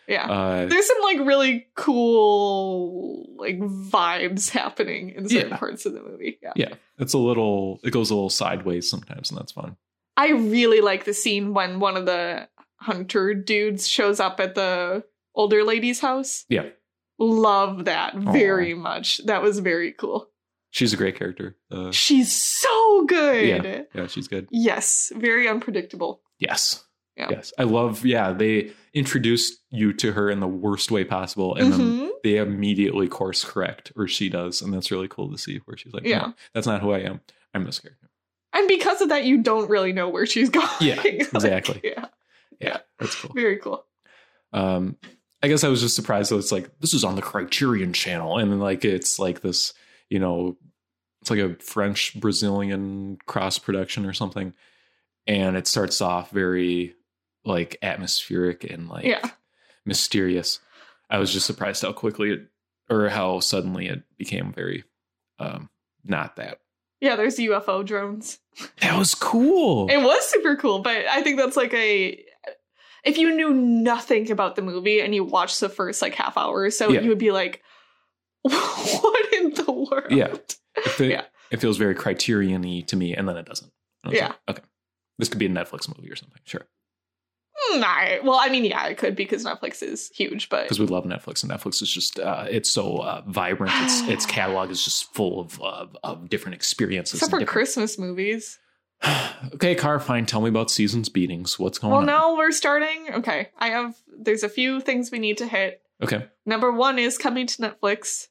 Yeah. Uh, there's some like really cool like vibes happening in certain Yeah. parts of the movie. Yeah. yeah it's a little it goes a little sideways sometimes and that's fun I really like the scene when one of the hunter dudes shows up at the older lady's house. yeah Love that very much. That was very cool. she's a great character uh, She's so good. yeah she's good Yes, very unpredictable. yes Yeah. yes i love yeah they introduced you to her in the worst way possible and then Mhm. they immediately course correct or she does and that's really cool to see where she's like Yeah. no, that's not who i am i'm this character And because of that, you don't really know where she's going. Yeah, Like, exactly. Yeah, that's cool very cool. um i guess i was just surprised though it's like this is on the criterion channel and then like it's like this you know it's like a french brazilian cross production or something and it starts off very like atmospheric and like Yeah. mysterious i was just surprised how quickly it or how suddenly it became very um not that Yeah, there's UFO drones. that was cool It was super cool, but I think that's like a if you knew nothing about the movie and you watched the first like half hour or so, Yeah. you would be like, "What in the world?" Yeah. it, fe- yeah. it feels very criterion-y to me and then it doesn't And it's Yeah. like, okay this could be a netflix movie or something sure Hmm, I- well, I mean, yeah, it could because Netflix is huge, but because we love Netflix, and Netflix is just uh, it's so uh, vibrant. Its its catalog is just full of of, of different experiences. except for and different- Christmas movies. okay, car, fine. Tell me about seasons beatings. What's going well, on? now we're starting. Okay, I have. There's a few things we need to hit. Okay, Number one is coming to Netflix.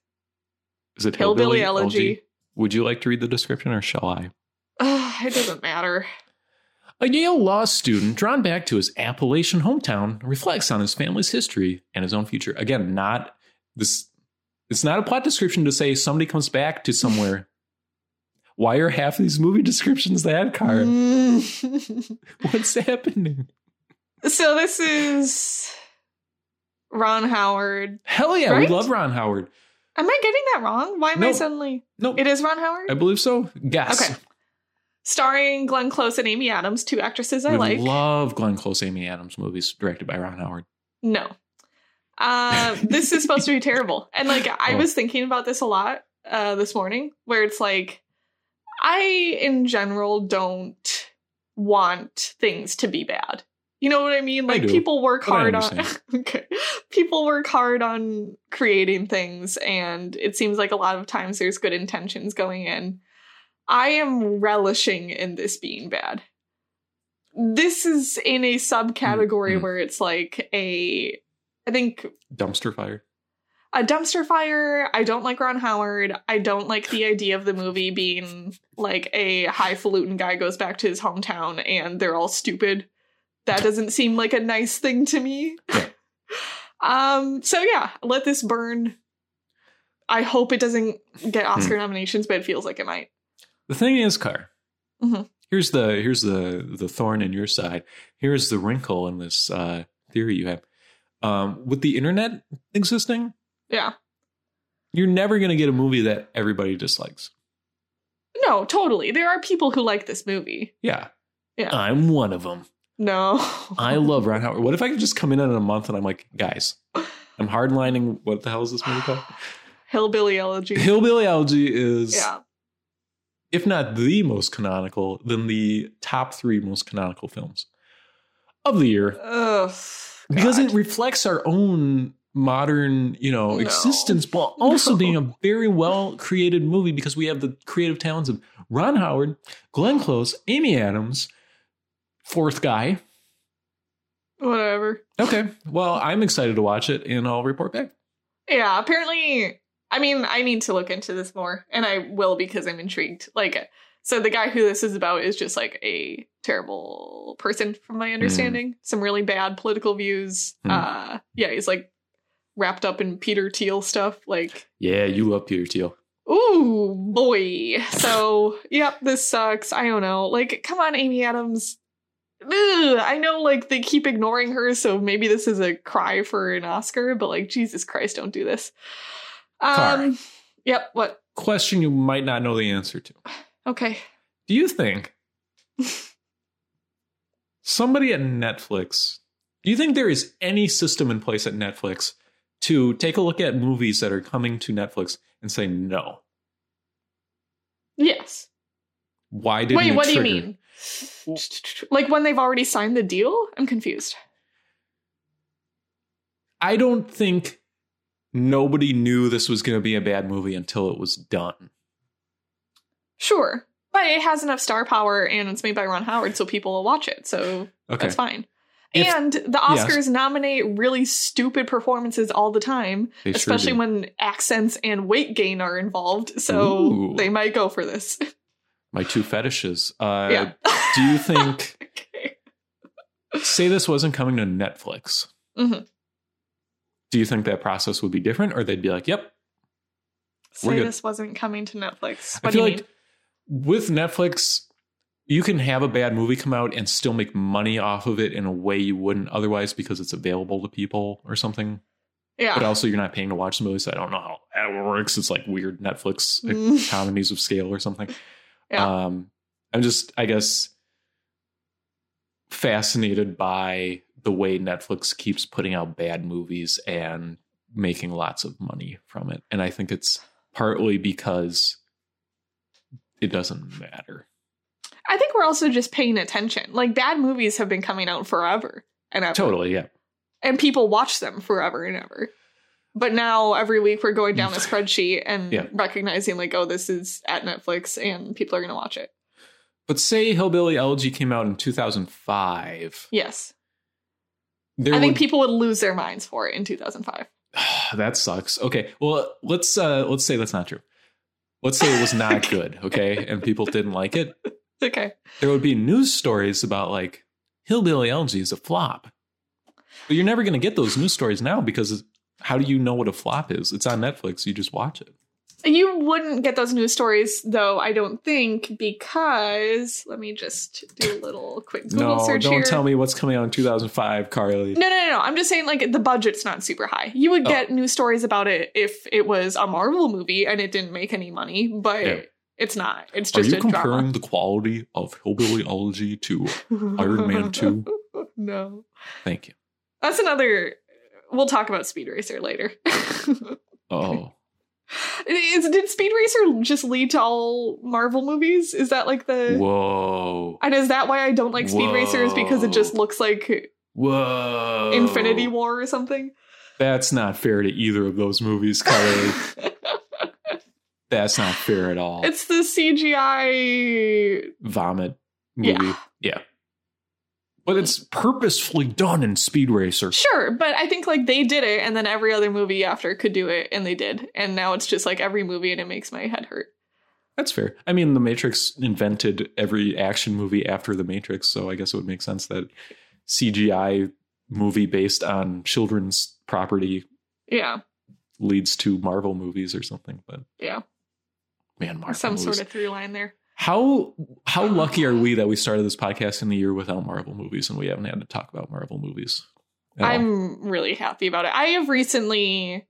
is it Hillbilly, Hillbilly Elegy. LG? Would you like to read the description, or shall I? Ugh, it doesn't matter. A Yale law student drawn back to his Appalachian hometown reflects on his family's history and his own future. Again, not this. It's not a plot description to say somebody comes back to somewhere. Why are half of these movie descriptions that, Car? Mm. What's happening? So this is Ron Howard. Hell yeah, Right? we love Ron Howard. Am I getting that wrong? Why am I No. suddenly? No, It is Ron Howard. I believe so. Guess. Okay. starring Glenn Close and Amy Adams, two actresses I we like. love Glenn Close, Amy Adams movies directed by Ron Howard. No. Uh, this is supposed to be terrible. And like I Oh. was thinking about this a lot uh, this morning, where it's like I in general don't want things to be bad. You know what I mean? I Like do, people work but I hard on understand. okay. People work hard on creating things and it seems like a lot of times there's good intentions going in. I am relishing in this being bad. This is in a subcategory Mm, mm. where it's like a I think Dumpster fire. a dumpster fire. I don't like Ron Howard. I don't like the idea of the movie being like a highfalutin guy goes back to his hometown and they're all stupid. That doesn't seem like a nice thing to me. Yeah. um so yeah, let this burn. I hope it doesn't get Hmm. Oscar nominations, but it feels like it might. The thing is, Car. Mhm. Here's the here's the the thorn in your side. Here's the wrinkle in this uh, theory you have. Um, with the internet existing, Yeah. you're never going to get a movie that everybody dislikes. No, totally. There are people who like this movie. Yeah, Yeah. I'm one of them. No. I love Ron Howard. What if I could just come in in a month and I'm like, guys, I'm hardlining. What the hell is this movie called? Hillbilly Elegy. Hillbilly Elegy is, yeah. if not the most canonical, then the top three most canonical films of the year Ugh. because God. it reflects our own modern, you know, No. existence, while also No. being a very well created movie because we have the creative talents of Ron Howard, Glenn Close, Amy Adams, fourth guy. whatever. Okay, well, I'm excited to watch it, and I'll report back. Yeah, apparently. I mean, I need to look into this more, and I will because I'm intrigued. Like, so the guy who this is about is just like a terrible person, from my understanding. Some really bad political views. Hmm. Uh, yeah, he's like wrapped up in Peter Thiel stuff. Like, Yeah, you love Peter Thiel. ooh boy. So, yep, this sucks. I don't know. Like, come on, Amy Adams. Ugh, I know, like they keep ignoring her, so maybe this is a cry for an Oscar. But like, Jesus Christ, don't do this. Car. Um. Yep. What? Question you might not know the answer to. Okay. Do you think somebody at Netflix, do you think there is any system in place at Netflix to take a look at movies that are coming to Netflix and say no? Yes. Why didn't Wait. it What do trigger? you mean? Like when they've already signed the deal? I'm confused. I don't think nobody knew this was going to be a bad movie until it was done. Sure, but it has enough star power, and it's made by Ron Howard, so people will watch it. So Okay. that's fine. If- and the Yes. Oscars nominate really stupid performances all the time, They sure especially do. when accents and weight gain are involved. So Ooh. they might go for this. my two fetishes. Uh, yeah. Do you think Okay. say this wasn't coming to Netflix, Mhm. do you think that process would be different, or they'd be like, "Yep"? We're Say good. this wasn't coming to Netflix. I What do feel you like mean? with Netflix, you can have a bad movie come out and still make money off of it in a way you wouldn't otherwise because it's available to people or something. But Yeah. also, you're not paying to watch the movie, so I don't know how that works. It's like weird Netflix Mm. economies of scale or something. Yeah. Um, I'm just, I guess, fascinated by the way Netflix keeps putting out bad movies and making lots of money from it. And I think it's partly because it doesn't matter. I think we're also just paying attention. Like bad movies have been coming out forever and ever. Totally, yeah. And people watch them forever and ever. But now every week we're going down a spreadsheet and Yeah. recognizing like, oh, this is at Netflix and people are gonna watch it. But say Hillbilly Elegy came out in 2005. Yes. There I think would- people would lose their minds for it in 2005. that sucks. Okay, well let's uh let's say that's not true. Let's say it was not good, okay, and people didn't like it. Okay. there would be news stories about like hillbilly elegy is a flop but you're never going to get those news stories now because how do you know what a flop is it's on netflix you just watch it You wouldn't get those news stories, though, I don't think, because let me just do a little quick Google no search don't here. tell me what's coming out in 2005 carly No, no, no, no. I'm just saying, like, the budget's not super high. You would Oh. get news stories about it if it was a Marvel movie and it didn't make any money, but Yeah. It's not. It's Are just you a comparing drama. the quality of hillbillyology to Iron Man 2? No. Thank you. That's another. We'll talk about Speed Racer later. Oh, Is, did Speed Racer just lead to all Marvel movies? Is that like the. whoa, And is that why I don't like Speed Racer? Is because it just Whoa. Oh. looks like whoa! Infinity War or something? That's not fair to either of those movies, Kelly. That's not fair at all. it's the CGI. Vomit movie. Yeah. yeah. But it's purposefully done in Speed Racer. Sure, but I think like they did it, and then every other movie after could do it, and they did, and now it's just like every movie, and it makes my head hurt. That's fair. I mean, The Matrix invented every action movie after The Matrix, so I guess it would make sense that CGI movie based on children's property Yeah, leads to Marvel movies or something. But yeah, man, Marvel some movies. sort of through line there. how how lucky are we that we started this podcast in the year without Marvel movies and we haven't had to talk about Marvel movies? at all? I'm really happy about it. I have recently,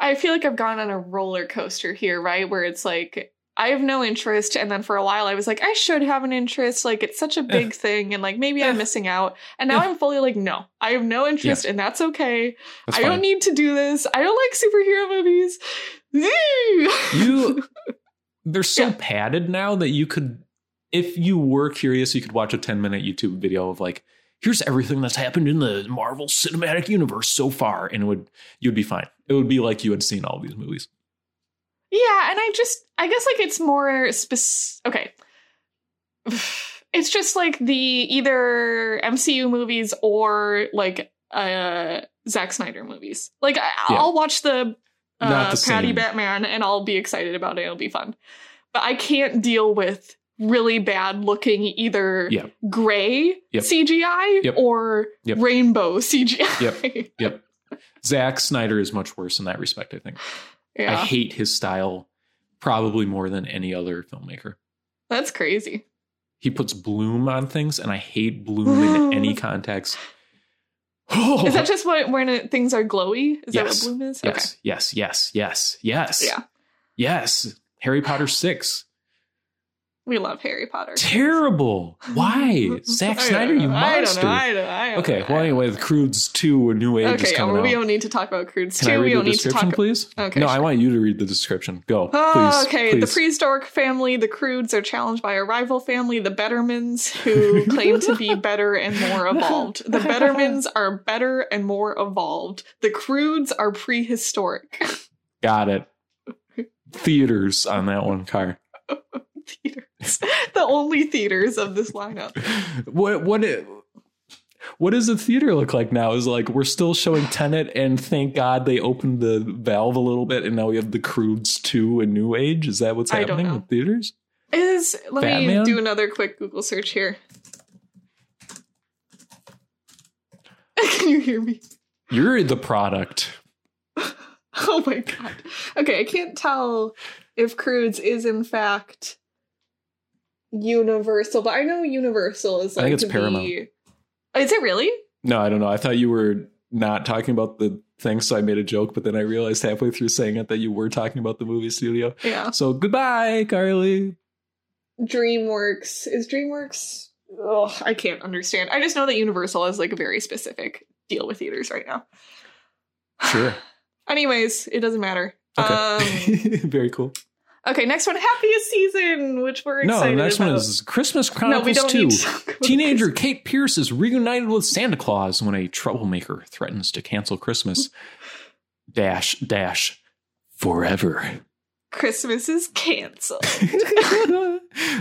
I feel like I've gone on a roller coaster here, right? Where it's like, I have no interest. And then for a while, I was like, I should have an interest. Like, it's such a big thing. And like, maybe I'm Eh. missing out. And now Eh. I'm fully like, no, I have no interest. And that's okay. That's I fine. don't need to do this. I don't like superhero movies. you they're so Yeah. padded now that you could if you were curious you could watch a 10 minute youtube video of like here's everything that's happened in the marvel cinematic universe so far and it would you'd be fine it would be like you had seen all these movies Yeah, and I just I guess like it's more spec okay. It's just like the either MCU movies or like uh Zack Snyder movies. Like I, Yeah. I'll watch the uh, Not the Patty same. Batman and I'll be excited about it. It'll be fun. But I can't deal with really bad looking either Yeah. gray Yep. CGI Yep. or Yep. rainbow CGI. yep Zack snyder is much worse in that respect i think i yeah. hate his style probably more than any other filmmaker That's crazy. he puts bloom on things and i hate bloom in any context oh, Is that just what when it, things are glowy? Is Yes. that what bloom is? Okay. Yes, yes, yes, yes, yes. Yeah. Yes. Harry Potter 6. We love Harry Potter. Terrible. Why? Zack I don't Snyder, you know. I don't monster. know. I don't know. I don't okay, know. well, anyway, The Croods 2, A New Age is Okay, yeah, coming well, we out. don't need to talk about crudes Can I too. read We the don't need to description, talk. please? Okay, No, I sure. want you to read the description. Go, Oh, please. okay. The please. prehistoric family, the Crudes, are challenged by a rival family, the Bettermans, who claim to be better and more evolved. The Bettermans are better and more evolved. The Crudes are prehistoric. Got it. Theaters on that one car. theaters. The only theaters of this lineup. What what it, what does the theater look like now? Is like we're still showing Tenet, and thank God they opened the valve a little bit, and now we have the Croods two and New Age. Is that what's I don't happening know. with theaters? Is let Batman? me do another quick Google search here. Can you hear me? You're the product. Oh my god. Okay, I can't tell if Crudes is in fact Universal, but I know Universal is I like think it's the- Paramount. Is it really? No, I don't know. I thought you were not talking about the thing, so I made a joke, but then I realized halfway through saying it that you were talking about the movie studio. Yeah. So goodbye, Carly. DreamWorks is DreamWorks. Oh, I can't understand. I just know that Universal is like a very specific deal with theaters right now. Sure. Anyways, it doesn't matter. Um, Okay. Very cool. Okay, next one, happiest season, which we're No, the excited next one about. is Christmas no, Chronicles we don't two. need to talk about Teenager Kate Pierce is reunited with Santa Claus when a troublemaker threatens to cancel Christmas. Dash, dash, forever. Christmas is canceled.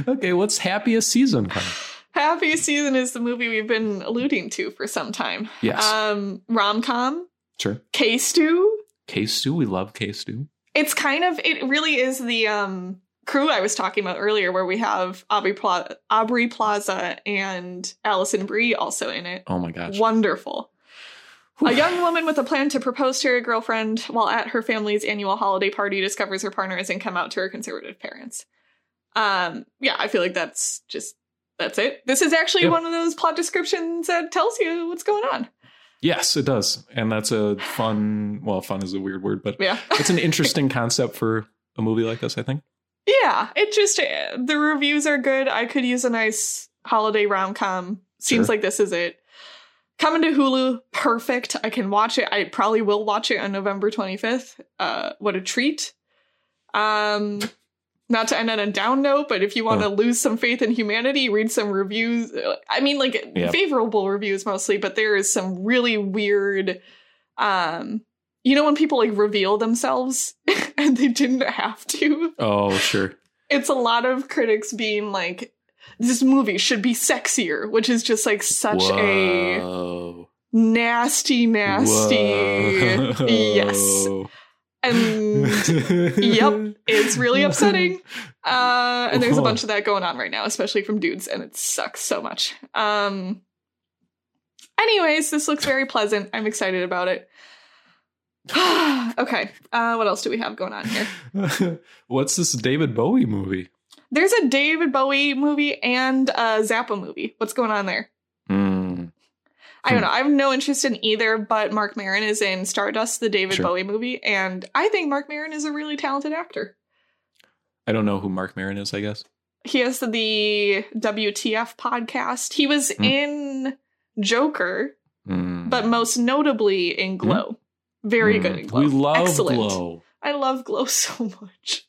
okay, what's happiest season? Connor? happiest season is the movie we've been alluding to for some time. Yes, Um, rom com, sure. K stew. K Stew, we love K Stew. It's kind of it really is the um crew I was talking about earlier, where we have Aubrey Plaza, Aubrey Plaza and Allison Brie also in it. Oh my gosh. Wonderful. A young woman with a plan to propose to her girlfriend while at her family's annual holiday party discovers her partner isn't come out to her conservative parents. Um, yeah, I feel like that's just that's it. This is actually Yeah. one of those plot descriptions that tells you what's going on. Yes, it does. And that's a fun, well, fun is a weird word, but Yeah. it's an interesting concept for a movie like this, I think. yeah, it just uh, the reviews are good. I could use a nice holiday rom com. Seems Sure. like this is it. Coming to Hulu, perfect. I can watch it. I probably will watch it on November 25th. Uh, what a treat. Um, not to end on a down note, but if you want to Huh. lose some faith in humanity, read some reviews. Uh, I mean, like Yeah. favorable reviews mostly, but there is some really weird. Um, you know when people like reveal themselves and they didn't have to. Oh, sure. It's a lot of critics being like, "This movie should be sexier," which is just like such a Whoa. nasty, nasty. Whoa. Yes, and Yep. it's really upsetting. Uh, and there's a Whoa. bunch of that going on right now, especially from dudes, and it sucks so much. Um. Anyways, this looks very pleasant. I'm excited about it. okay, uh, what else do we have going on here? What's this David Bowie movie? There's a David Bowie movie and a Zappa movie. What's going on there? I don't Hmm. know. I have no interest in either, but Mark Maron is in Stardust, the David Sure. Bowie movie, and I think Mark Maron is a really talented actor. I don't know who Mark Maron is, I guess. He has the WTF podcast. He was Hmm. in Joker, Mm. but most notably in Glow. Very Mm. good in Glow. Hmm. We love Excellent. Glow. I love Glow so much.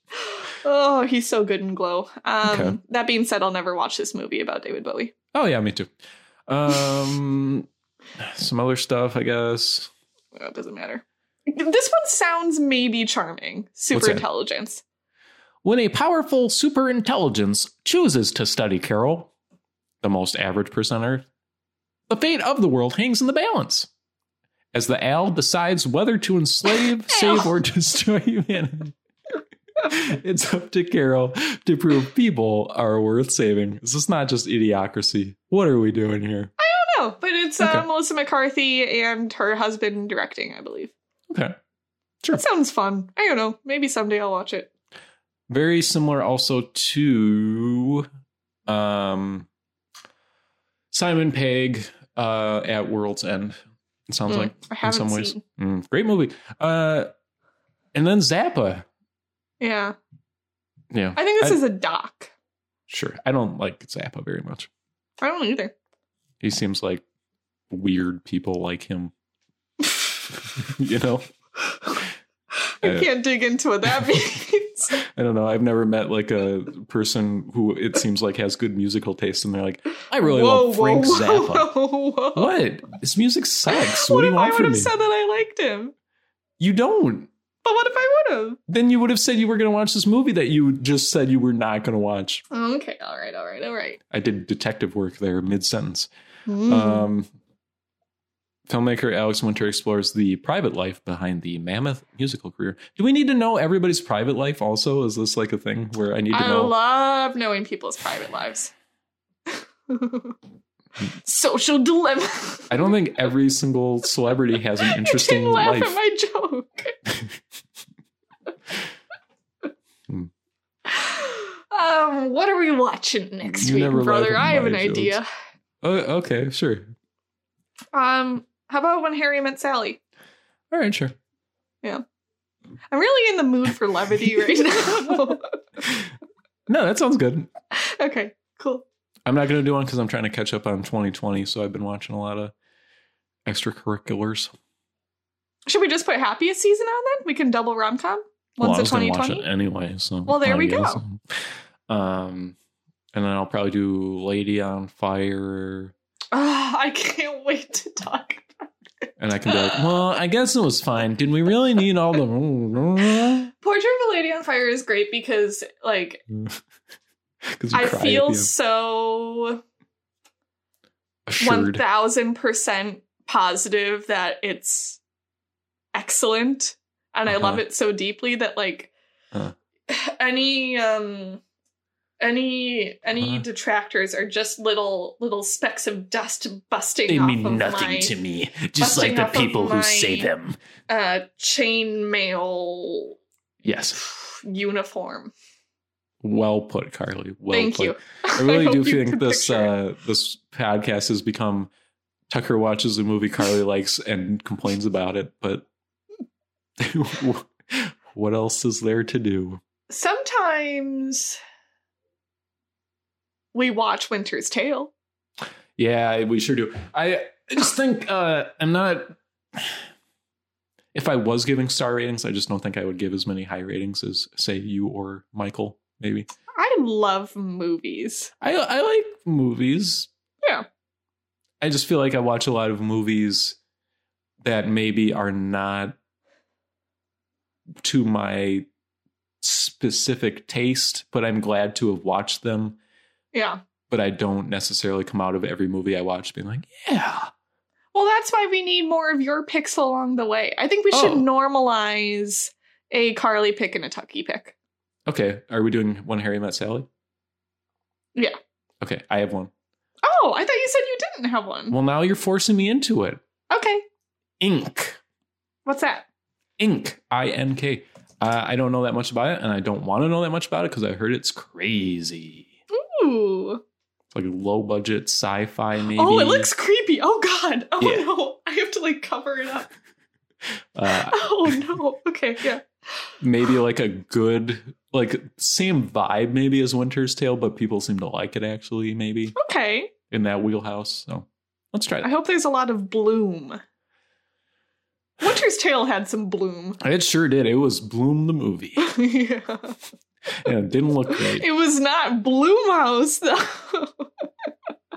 Oh, he's so good in Glow. Um, Okay. That being said, I'll never watch this movie about David Bowie. Oh yeah, me too. Um, some other stuff, I guess. Well, it doesn't matter. This one sounds maybe charming. Super that? intelligence. When a powerful super intelligence chooses to study Carol, the most average person on Earth, the fate of the world hangs in the balance. As the Al decides whether to enslave, save, or destroy humanity, it's up to Carol to prove people are worth saving. This is not just idiocracy. What are we doing here? I don't know, but it's uh, Okay. Melissa McCarthy and her husband directing, I believe. Okay. It sounds fun. I don't know. Maybe someday I'll watch it. very similar also to um Simon Pegg uh at World's End. It sounds Mm, like I in haven't some ways. seen. Mm, great movie. Uh and then Zappa. Yeah, Yeah, I think this I- is a doc. sure. I don't like Zappa very much. I don't either. He seems like weird people like him. you know? I Uh, can't dig into what that means. I don't know. I've never met like a person who it seems like has good musical taste and they're like, I really love Frank Zappa. Whoa, whoa, whoa. What? This music sucks. What, What do if you I want would from have me? said that I liked him? you don't. But what if I would have? Then you would have said you were going to watch this movie that you just said you were not going to watch. Okay, all right, all right, all right. I did detective work there mid sentence. Mm. Um, filmmaker Alex Winter explores the private life behind the mammoth musical career. Do we need to know everybody's private life also? Is this like a thing where I need to I know? love knowing people's private lives. Social dilemma. I don't think every single celebrity has an I interesting didn't laugh life. at my joke. Hmm. um, what are we watching next You week, never laugh brother? at I have my an idea. Oh, okay, sure. Um, how about when Harry met Sally? All right, sure. I'm really in the mood for levity right now. No, that sounds good. okay, cool. I'm not going to do one because I'm trying to catch up on 2020. So I've been watching a lot of extracurriculars. Should we just put happiest season on then? We can double rom com. Well, I Once a was gonna watch 2020? it anyway. So Well, there I we guess. Um, and then I'll probably do Lady on Fire, Ah, I can't wait to talk. and I can be like, well, I guess it was fine. Did we really need all the? Portrait of a Lady on Fire is great because, like, Because I feel so one assured. thousand percent positive that it's excellent, and I love Uh-huh. it so deeply that like Huh. any um any any Uh-huh. detractors are just little little specks of dust busting They off mean of nothing my to me, just busting like the off of people who my- say them. uh, chainmail yes, uniform. well put, Carly. Well Thank put. you. I really do hope you think can this picture it. uh, this podcast has become Tucker watches a movie Carly likes and complains about it, but what else is there to do? sometimes we watch Winter's Tale. Yeah, we sure do. I I just think uh, I'm not. If I was giving star ratings, I just don't think I would give as many high ratings as say you or Michael. Maybe I love movies. I I like movies. Yeah. I just feel like I watch a lot of movies that maybe are not to my specific taste, but I'm glad to have watched them. Yeah. But I don't necessarily come out of every movie I watch being like, yeah. Well, that's why we need more of your picks along the way. I think we should Oh. normalize a Carly pick and a Tucky pick. Okay, are we doing one Harry Met Sally? Yeah. Okay, I have one. Oh, I thought you said you didn't have one. Well, now you're forcing me into it. Okay. Ink. What's that? Ink. I N K. Uh, I don't know that much about it, and I don't want to know that much about it because I heard it's crazy. Ooh. It's like low budget sci fi, maybe. Oh, it looks creepy. Oh god. Oh Yeah. no. I have to like cover it up. Uh, Oh no. Okay, yeah. maybe like a good, like same vibe, maybe as Winter's Tale, but people seem to like it actually, maybe Okay. in that wheelhouse. So let's try I it. hope there's a lot of bloom. Winter's Tale had some bloom. It sure did. It was Bloom the movie, yeah. and it didn't look great. It was not Bloomhouse, though.